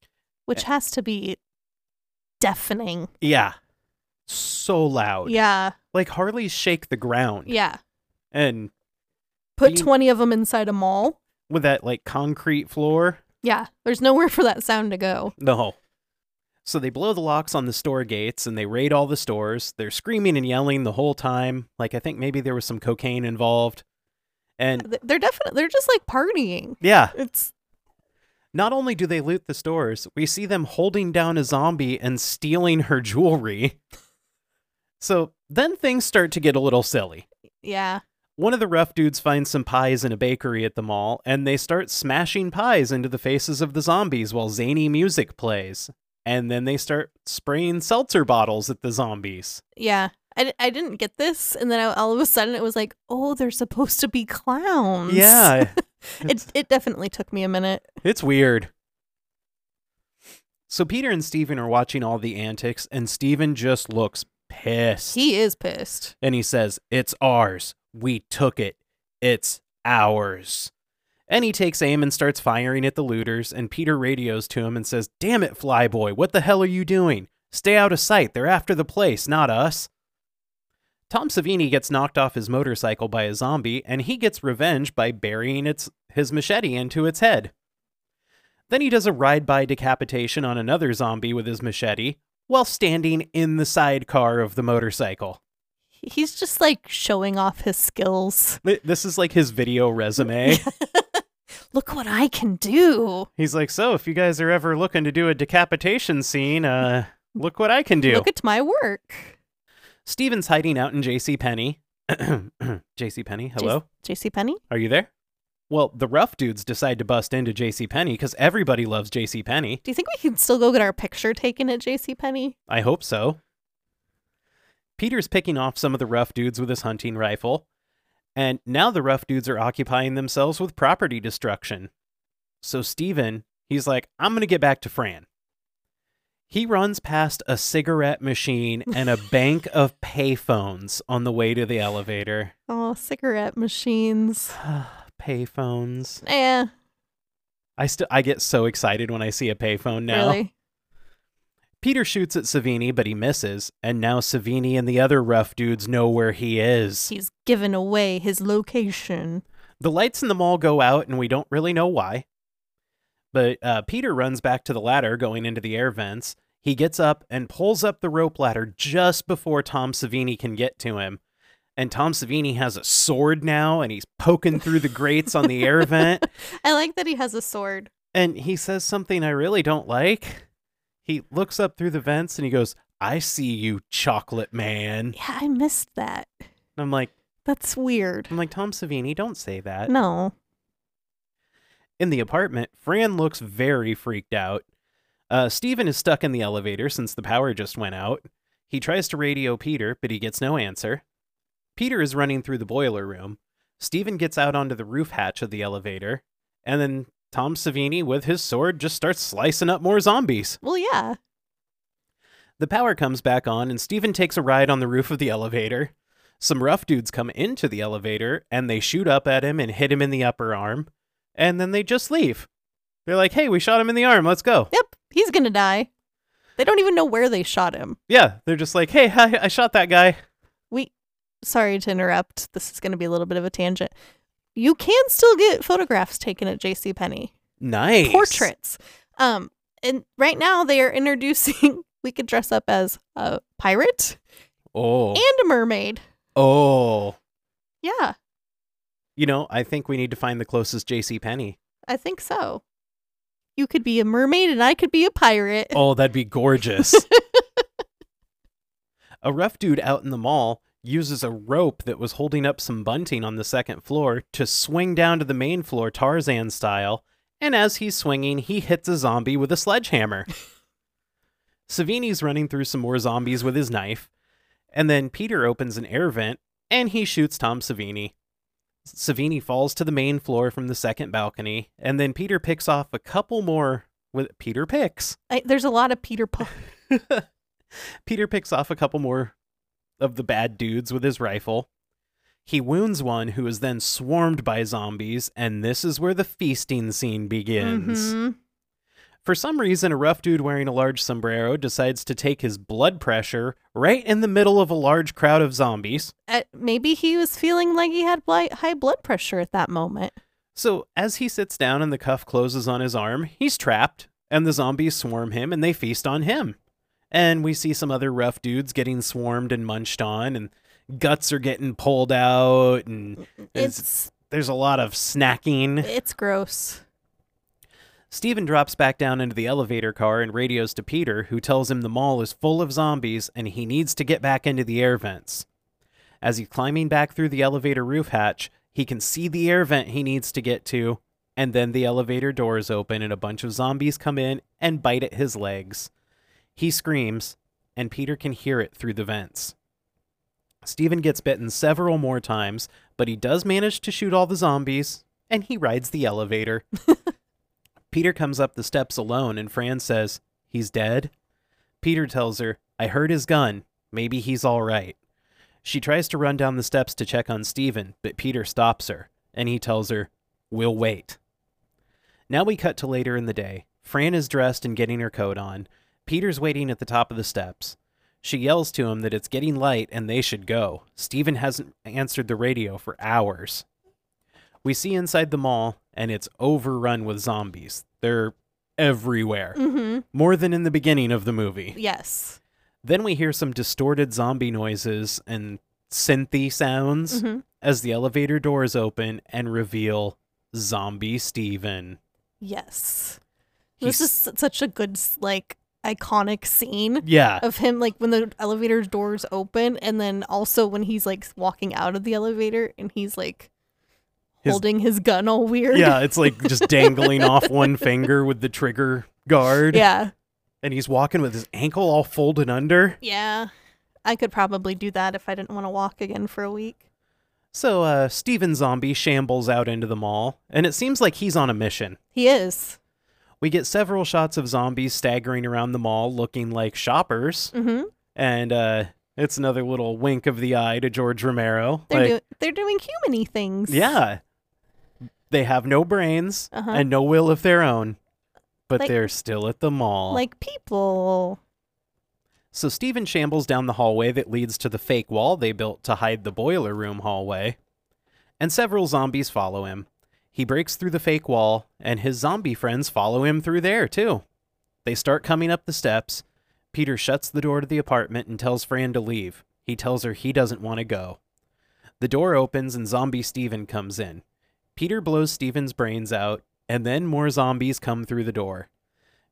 Eh.
Which has to be deafening.
Yeah. So loud.
Yeah.
Like Harleys shake the ground.
Yeah.
And
Put
Being-
20 of them inside a mall.
with that like concrete floor.
Yeah. There's nowhere for that sound to go.
No. So they blow the locks on the store gates and they raid all the stores. They're screaming and yelling the whole time. Like I think maybe there was some cocaine involved. And
Th- They're definitely they're just like partying.
yeah,
It's
not only do they loot the stores, we see them holding down a zombie and stealing her jewelry. So then things start to get a little silly.
yeah.
One of the rough dudes finds some pies in a bakery at the mall, and they start smashing pies into the faces of the zombies while zany music plays. And then they start spraying seltzer bottles at the zombies.
Yeah. I, di- I didn't get this and then I, all of a sudden it was like, "Oh, they're supposed to be clowns."
Yeah,
It it definitely took me a minute.
it's weird. So Peter and Steven are watching all the antics, and Steven just looks pissed.
He is pissed.
and he says, It's ours. We took it. It's ours. And he takes aim and starts firing at the looters, and Peter radios to him and says, Damn it, Flyboy, what the hell are you doing? Stay out of sight. They're after the place, not us. Tom Savini gets knocked off his motorcycle by a zombie, and he gets revenge by burying its, his machete into its head. Then he does a ride by decapitation on another zombie with his machete while standing in the sidecar of the motorcycle.
He's just like showing off his skills.
Th- This is like his video resume.
Look what I can do.
He's like, so if you guys are ever looking to do a decapitation scene, uh, look what I can do.
Look at my work.
Steven's hiding out in J.C. Penny. J.C. Penny, hello,
JC Penny?
are you there? Well, the rough dudes decide to bust into J.C. Penny because everybody loves J.C. Penny.
Do you think we can still go get our picture taken at JC Penny?
I hope so. Peter's picking off some of the rough dudes with his hunting rifle, and now the rough dudes are occupying themselves with property destruction. So Steven, he's like, I'm going to get back to Fran. He runs past a cigarette machine and a bank of payphones on the way to the elevator.
Oh, cigarette machines.
payphones.
Eh,
I still I get so excited when I see a payphone now.
really.
Peter shoots at Savini, but he misses, and now Savini and the other rough dudes know where he is.
He's given away his location.
The lights in the mall go out, and we don't really know why. But uh, Peter runs back to the ladder going into the air vents. He gets up and pulls up the rope ladder just before Tom Savini can get to him. And Tom Savini has a sword now, and he's poking through the grates on the air vent.
I like that he has a sword.
And he says something I really don't like. He looks up through the vents and he goes, I see you, chocolate man.
Yeah, I missed that.
And I'm like,
That's weird.
I'm like Tom Savini, don't say Hmm, that.
No.
In the apartment, Fran looks very freaked out. Uh, Steven is stuck in the elevator since the power just went out. He tries to radio Peter, but he gets no answer. Peter is running through the boiler room. Steven gets out onto the roof hatch of the elevator, and then Tom Savini, with his sword, just starts slicing up more zombies.
Well, yeah.
The power comes back on, and Steven takes a ride on the roof of the elevator. Some rough dudes come into the elevator, and they shoot up at him and hit him in the upper arm, and then they just leave. They're like, hey, we shot him in the arm, let's go.
Yep. He's going to die. They don't even know where they shot him.
Yeah, they're just like, hey, hi, I shot that guy.
We. Sorry to interrupt. This is going to be a little bit of a tangent. You can still get photographs taken at JC Penny.
Nice.
portraits. Um, and right now they are introducing we could dress up as a pirate
Oh.
and a mermaid.
oh.
Yeah,
You know, I think we need to find the closest JC Penny.
I think so. You could be a mermaid and I could be a pirate.
Oh, that'd be gorgeous. a rough dude out in the mall uses a rope that was holding up some bunting on the second floor to swing down to the main floor Tarzan style, and as he's swinging, he hits a zombie with a sledgehammer. Savini's running through some more zombies with his knife, and then Peter opens an air vent and he shoots Tom Savini. Savini falls to the main floor from the second balcony, and then Peter picks off a couple more with Peter picks.
I, there's a lot of Peter Pan.
Peter picks off a couple more of the bad dudes with his rifle. He wounds one who is then swarmed by zombies, and this is where the feasting scene begins.
Mhm.
For some reason, a rough dude wearing a large sombrero decides to take his blood pressure right in the middle of a large crowd of zombies.
Uh, maybe he was feeling like he had bli- high blood pressure at that moment.
So, as he sits down and the cuff closes on his arm, he's trapped, and the zombies swarm him and they feast on him. And we see some other rough dudes getting swarmed and munched on, and guts are getting pulled out, and there's,
It's
there's a lot of snacking.
it's gross.
Steven drops back down into the elevator car and radios to Peter, who tells him the mall is full of zombies and he needs to get back into the air vents. As he's climbing back through the elevator roof hatch, he can see the air vent he needs to get to, and then the elevator doors open and a bunch of zombies come in and bite at his legs. He screams, and Peter can hear it through the vents. Steven gets bitten several more times, but he does manage to shoot all the zombies, and he rides the elevator. Peter comes up the steps alone, and Fran says, He's dead? Peter tells her, I heard his gun. Maybe he's all right. She tries to run down the steps to check on Steven, but Peter stops her, and he tells her, We'll wait. Now we cut to later in the day. Fran is dressed and getting her coat on. Peter's waiting at the top of the steps. She yells to him that it's getting light and they should go. Steven hasn't answered the radio for hours. We see inside the mall, and it's overrun with zombies. They're everywhere,
hmm
more than in the beginning of the movie.
Yes.
Then we hear some distorted zombie noises and synthy sounds
hmm
as the elevator doors open and reveal Zombie Steven.
Yes.
He's-
This is su- such a good s- like iconic scene
yeah,
of him like when the elevator doors open and then also when he's like walking out of the elevator and he's like
His-
holding his gun all weird.
yeah. It's like just dangling off one finger with the trigger guard,
Yeah.
and he's walking with his ankle all folded under.
Yeah. I could probably do that if I didn't want to walk again for a week.
So uh, Steven Zombie shambles out into the mall, and it seems like he's on a mission.
He is.
We get several shots of zombies staggering around the mall, looking like shoppers,
hmm
and uh, it's another little wink of the eye to George Romero.
They're
like,
doing they're doing humany things.
Yeah. They have no brains
Uh-huh.
and no will of their own, but
Like-
they're still at the mall.
Like people.
so Steven shambles down the hallway that leads to the fake wall they built to hide the boiler room hallway, and several zombies follow him. He breaks through the fake wall, and his zombie friends follow him through there, too. They start coming up the steps. Peter shuts the door to the apartment and tells Fran to leave. He tells her he doesn't want to go. The door opens and zombie Steven comes in. Peter blows Steven's brains out, and then more zombies come through the door.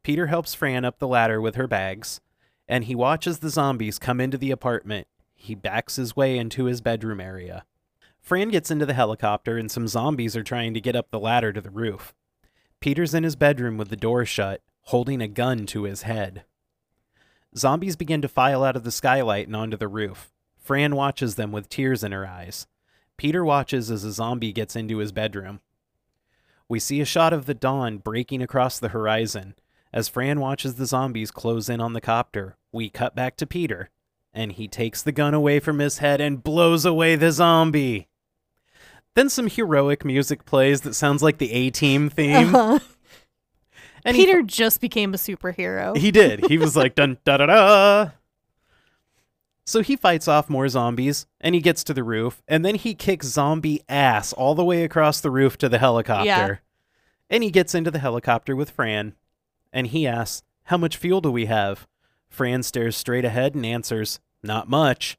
Peter helps Fran up the ladder with her bags, and he watches the zombies come into the apartment. He backs his way into his bedroom area. Fran gets into the helicopter, and some zombies are trying to get up the ladder to the roof. Peter's in his bedroom with the door shut, holding a gun to his head. Zombies begin to file out of the skylight and onto the roof. Fran watches them with tears in her eyes. Peter watches as a zombie gets into his bedroom. We see a shot of the dawn breaking across the horizon. As Fran watches the zombies close in on the copter, we cut back to Peter, and he takes the gun away from his head and blows away the zombie. Then some heroic music plays that sounds like the A Team theme.
Uh-huh.
and he-
Peter just became a superhero.
He did. He was like dun da da da. So he fights off more zombies and he gets to the roof and then he kicks zombie ass all the way across the roof to the helicopter. And he gets into the helicopter with Fran. and he asks, How much fuel do we have? Fran stares straight ahead and answers, Not much.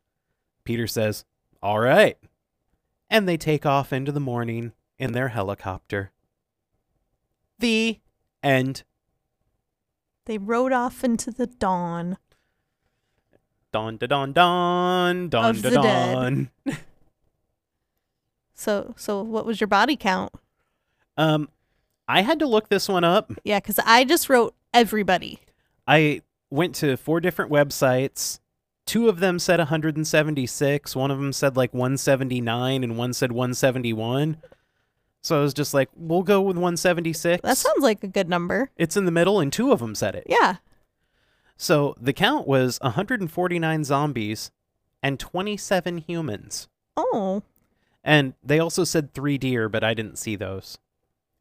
Peter says, All right. And they take off into the morning in their helicopter. The end.
They rode off into the dawn.
Don da don don don
Of
da
the dead.
don.
So, so what was your body count?
Um, I had to look this one up.
Yeah, because I just wrote everybody.
I went to four different websites. Two of them said 176. One of them said like 179, and one said 171. So I was just like, we'll go with 176.
That sounds like a good number.
it's in the middle, and two of them said it.
Yeah.
So the count was 149 zombies and 27 humans.
Oh,
And they also said three deer, but I didn't see those.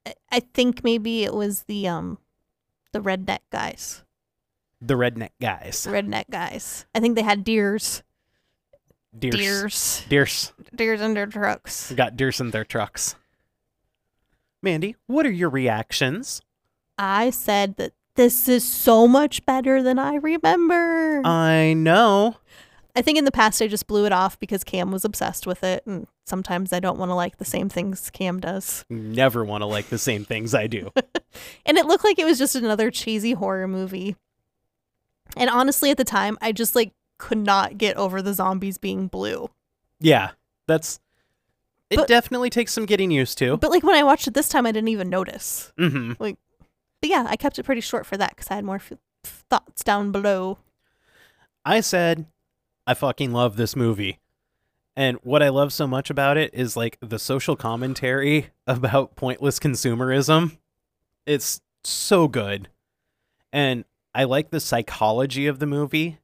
I, I think maybe it was the um, the redneck guys.
The redneck guys.
Redneck guys. I think they had deers,
Deers.
deers,
Deers.
deers in their trucks.
Got deers in their trucks. Mandy, what are your reactions?
I said that this is so much better than I remember.
I know.
I think in the past I just blew it off because Cam was obsessed with it, and sometimes I don't want to like the same things Cam does.
Never want to like the same things I do.
And it looked like it was just another cheesy horror movie. And honestly, at the time, I just like could not get over the zombies being blue.
yeah, that's. It
But-
definitely takes some getting used to.
But like when I watched it this time, I didn't even notice.
hmm
But yeah, I kept it pretty short for that because I had more f- thoughts down below.
I said, I fucking love this movie. And what I love so much about it is like the social commentary about pointless consumerism. It's so good. And I like the psychology of the movie.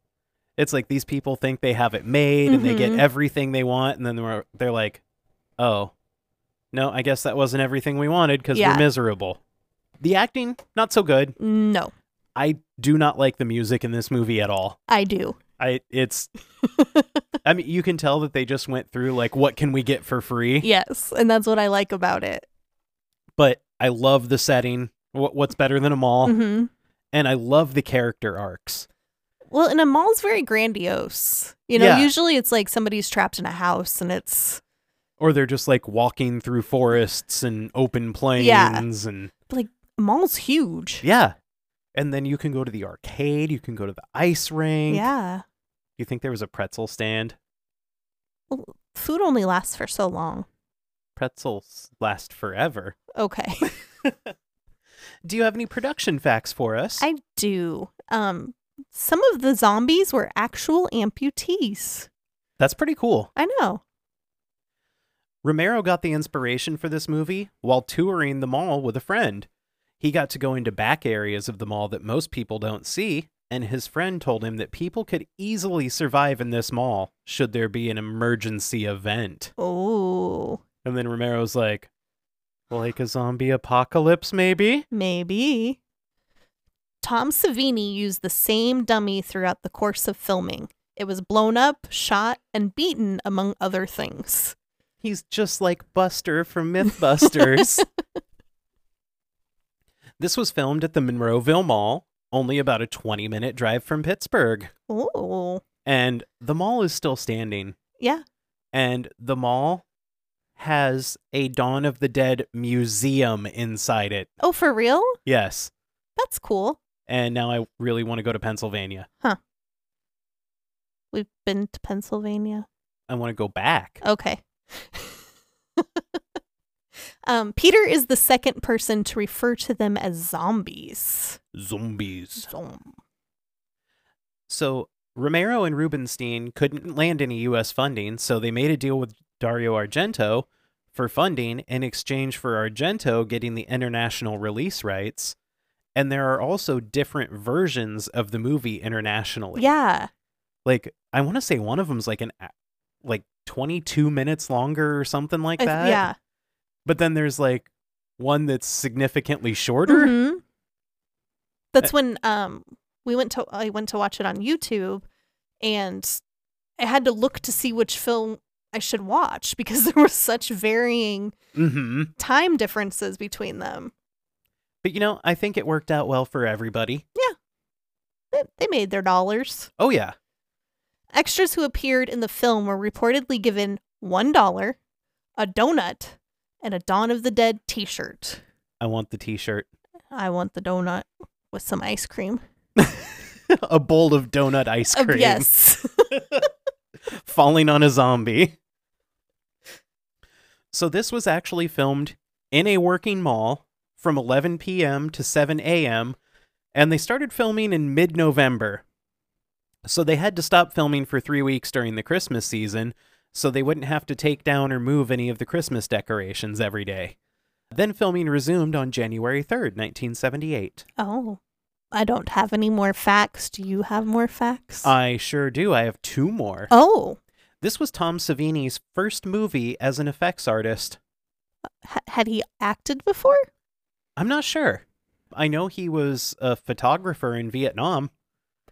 It's like these people think they have it made and they get
Mhm.
everything they want. And then they're, they're like, oh, no, I guess that wasn't everything we wanted because
Yeah.
we're miserable. The acting, not so good.
No,
I do not like the music in this movie at all.
I do.
I it's I mean you can tell that they just went through like what can we get for free?
Yes. And that's what I like about it.
But I love the setting. What what's better than a mall?
hmm
And I love the character arcs.
Well, and a mall's very grandiose. You know,
Yeah.
usually it's like somebody's trapped in a house and it's
Or they're just like walking through forests and open plains and
mall's huge.
yeah. And then you can go to the arcade, you can go to the ice rink.
Yeah.
You think there was a pretzel stand?
Well, food only lasts for so long.
Pretzels last forever.
Okay.
Do you have any production facts for us?
I do. Um some of the zombies were actual amputees.
That's pretty cool.
I know.
Romero got the inspiration for this movie while touring the mall with a friend. He got to go into back areas of the mall that most people don't see, and his friend told him that people could easily survive in this mall should there be an emergency event.
Oh,
And then Romero's like, like a zombie apocalypse, maybe?
maybe. Tom Savini used the same dummy throughout the course of filming. It was blown up, shot, and beaten, among other things.
He's just like Buster from Mythbusters. this was filmed at the Monroeville Mall, only about a 20 minute drive from Pittsburgh.
Oh,
and the mall is still standing
yeah.
and the mall has a dawn of the dead museum inside it
Oh, for real?
yes
That's cool.
and now i really want to go to pennsylvania
We've been to Pennsylvania.
i want to go back
Okay. um, Peter is the second person to refer to them as zombies.
zombies
Zom.
so romero and rubinstein couldn't land any us funding so they made a deal with dario argento for funding in exchange for argento getting the international release rights and there are also different versions of the movie internationally
Yeah.
like I want to say one of them's like an a- like 22 minutes longer or something like
I-
that.
yeah.
But then there's like one that's significantly shorter.
Mhm. That's when um we went to I went to watch it on YouTube, and I had to look to see which film I should watch because there were such varying
Mhm.
time differences between them.
But you know, I think it worked out well for everybody.
They- They made their dollars.
Oh, yeah.
Extras who appeared in the film were reportedly given $1, a donut, and a Dawn of the Dead t shirt.
I want the t shirt.
I want the donut with some ice cream.
a bowl of donut ice
Uh,
cream
yes.
falling on a zombie. So, this was actually filmed in a working mall from 11 p.m. to 7 a.m., and they started filming in mid November. So, they had to stop filming for three weeks during the Christmas season so they wouldn't have to take down or move any of the Christmas decorations every day. Then filming resumed on January 3rd, 1978.
oh, I don't have any more facts. Do you have more facts?
I sure do. I have two more.
oh,
This was Tom Savini's first movie as an effects artist.
H- had he acted before?
I'm not sure. I know he was a photographer in Vietnam.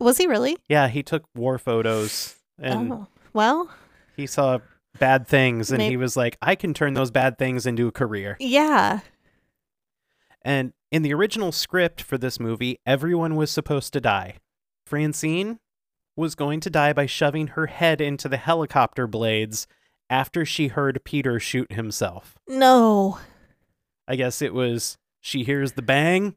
Was he really?
Yeah, he took war photos and
oh, well,
he saw bad things and
May-
he was like, I can turn those bad things into a career.
yeah.
And in the original script for this movie, everyone was supposed to die. Francine was going to die by shoving her head into the helicopter blades after she heard Peter shoot himself.
No.
I guess it was she hears the bang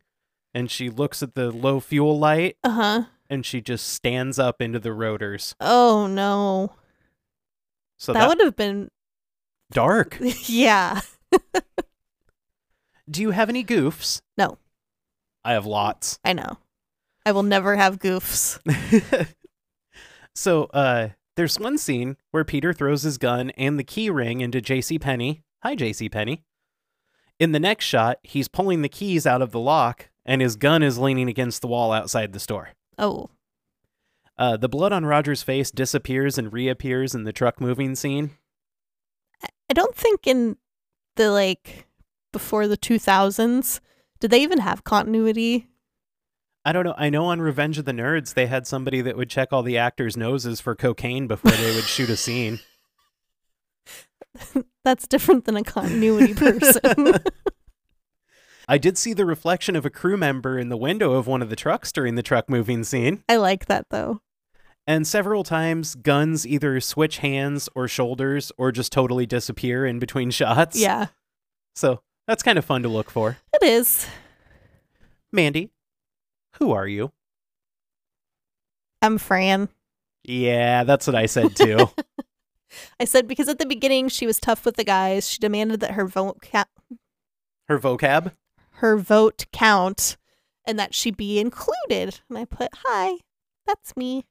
and she looks at the low fuel light
Uh huh.
and she just stands up into the rotors.
Oh, no.
So
that
that,
would have been,
dark.
yeah.
Do you have any goofs?
No.
I have lots.
I know. I will never have goofs.
so uh there's one scene where Peter throws his gun and the key ring into JC Penny. Hi JC Penny. In the next shot, he's pulling the keys out of the lock and his gun is leaning against the wall outside the store.
Oh,
Uh, the blood on Roger's face disappears and reappears in the truck moving scene.
I don't think in the like before the 2000s, did they even have continuity?
I don't know. I know on Revenge of the Nerds, they had somebody that would check all the actors' noses for cocaine before they would shoot a scene.
That's different than a continuity person.
I did see the reflection of a crew member in the window of one of the trucks during the truck moving scene,
I like that though.
and several times guns either switch hands or shoulders or just totally disappear in between shots.
Yeah,
So that's kind of fun to look for.
it is.
Mandy, who are you?
I'm Fran.
Yeah, that's what I said too.
I said because at the beginning she was tough with the guys. She demanded that her vote ca-
Her vocab?
her vote count and that she be included. And I put, "Hi, that's me."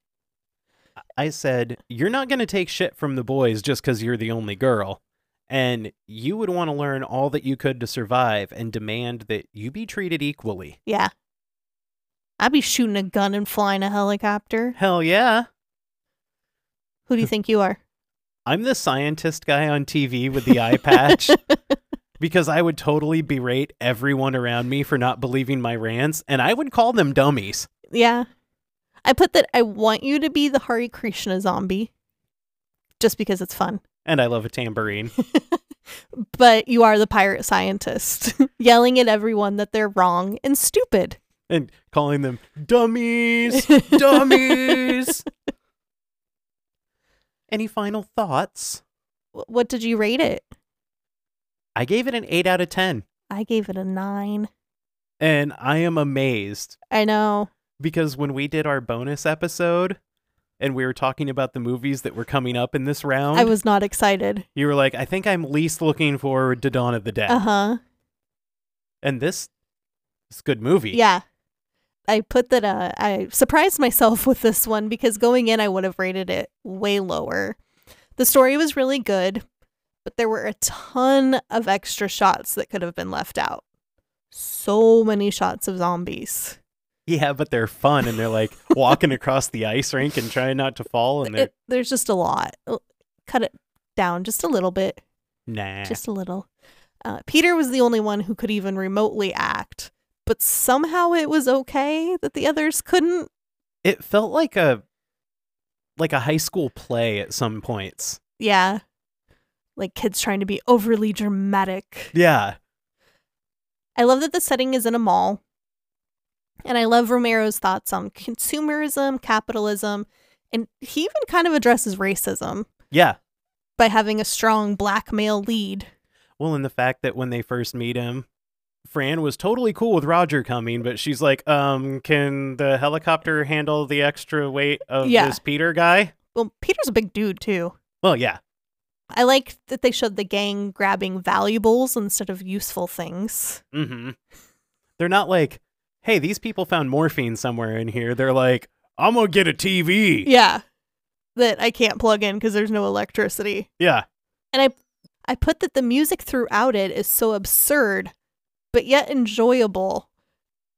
I said, You're not going to take shit from the boys just because you're the only girl. And you would want to learn all that you could to survive and demand that you be treated equally.
Yeah. I'd be shooting a gun and flying a helicopter.
Hell yeah.
Who do you think you are?
I'm the scientist guy on TV with the eye patch because I would totally berate everyone around me for not believing my rants and I would call them dummies.
Yeah. I put that I want you to be the Hari Krishna zombie just because it's fun.
And I love a tambourine.
But you are the pirate scientist, yelling at everyone that they're wrong and stupid.
and calling them dummies, dummies. Any final thoughts?
Wh- What did you rate it?
I gave it an 8 out of 10.
I gave it a nine.
And I am amazed
I know.
because when we did our bonus episode and we were talking about the movies that were coming up in this round,
I was not excited.
you were like, I think I'm least looking forward to Dawn of the Dead.
Uh huh.
And this is a good movie.
Yeah. I put that uh, I surprised myself with this one because going in, I would have rated it way lower. The story was really good, but there were a ton of extra shots that could have been left out. So many shots of zombies.
Yeah, but they're fun and they're like walking across the ice rink and trying not to fall and they're
It, there's just a lot. L- Cut it down just a little bit,
nah.
just a little. Uh, Peter was the only one who could even remotely act, but somehow it was okay that the others couldn't.
It felt like a like a high school play at some points.
Yeah. Like kids trying to be overly dramatic.
Yeah.
I love that the setting is in a mall. And I love Romero's thoughts on consumerism, capitalism, and he even kind of addresses racism
Yeah.
by having a strong black male lead.
Well, and the fact that when they first meet him, Fran was totally cool with Roger coming, but she's like, um, can the helicopter handle the extra weight of
Yeah.
this Peter guy?
Well, Peter's a big dude, too.
Well, yeah.
I like that they showed the gang grabbing valuables instead of useful things.
Mm-hmm. They're not like, hey, these people found morphine somewhere in here. They're like, I'm gonna get a TV.
Yeah. That I can't plug in because there's no electricity.
Yeah.
And I I put that the music throughout it is so absurd but yet enjoyable.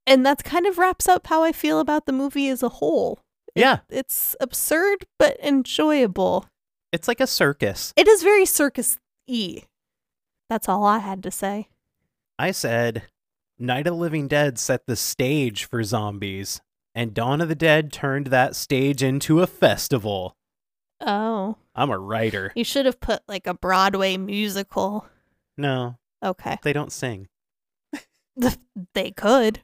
And that kind of wraps up how I feel about the movie as a whole.
Yeah.
It's absurd but enjoyable.
It's like a circus.
It is very circus y. That's all I had to say.
I said, Night of the Living Dead set the stage for zombies, and Dawn of the Dead turned that stage into a festival.
Oh.
I'm a writer.
You should have put like a Broadway musical.
No,
Okay.
they don't sing.
They could.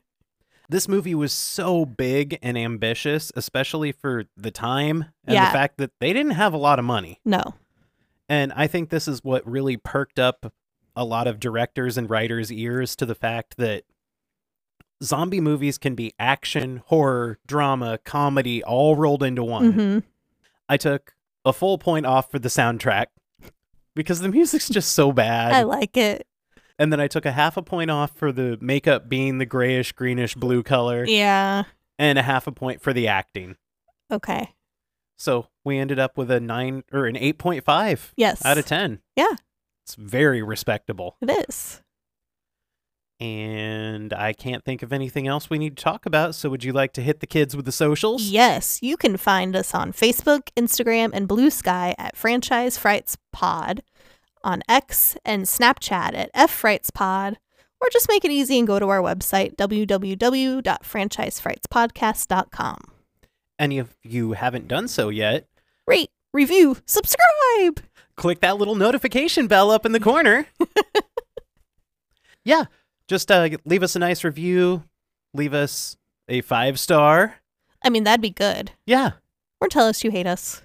This movie was so big and ambitious, especially for the time and
Yeah.
the fact that they didn't have a lot of money.
No.
And I think this is what really perked up a lot of directors and writers' ears to the fact that zombie movies can be action, horror, drama, comedy, all rolled into one.
Mm-hmm.
I took a full point off for the soundtrack because the music's just so bad.
I like it.
and then I took a half a point off for the makeup being the grayish, greenish, blue color,
Yeah.
and a half a point for the acting.
Okay.
So we ended up with a nine or an 8.5
Yes.
out of 10.
Yeah.
It's very respectable.
It is.
And I can't think of anything else we need to talk about. So, would you like to hit the kids with the socials?
Yes, you can find us on Facebook, Instagram, and Blue Sky at Franchise Frights Pod, on X and Snapchat at F Frights Pod, or just make it easy and go to our website, www.franchisefrightspodcast.com.
And if you haven't done so yet,
Rate, review, subscribe.
click that little notification bell up in the corner. yeah. Just uh, leave us a nice review, leave us a five star.
I mean, that'd be good.
Yeah.
Or tell us you hate us.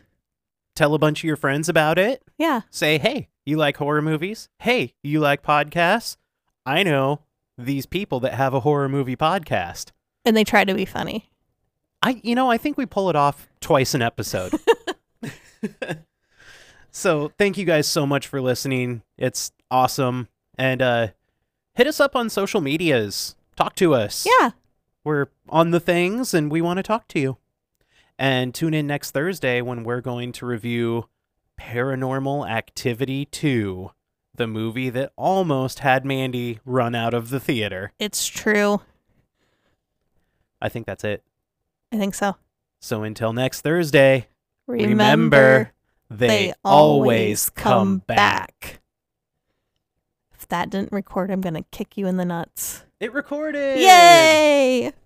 Tell a bunch of your friends about it.
Yeah.
Say, hey, you like horror movies? Hey, you like podcasts? I know these people that have a horror movie podcast.
And they try to be funny.
I you know, I think we pull it off twice an episode. so thank you guys so much for listening. It's awesome. And uh hit us up on social medias. Talk to us.
Yeah.
We're on the things and we want to talk to you. And tune in next Thursday when we're going to review Paranormal Activity 2, the movie that almost had Mandy run out of the theater.
It's true.
I think that's it.
I think so.
So until next Thursday. Remember, they,
they
always come back.
If that didn't record, I'm going to kick you in the nuts.
It recorded.
Yay!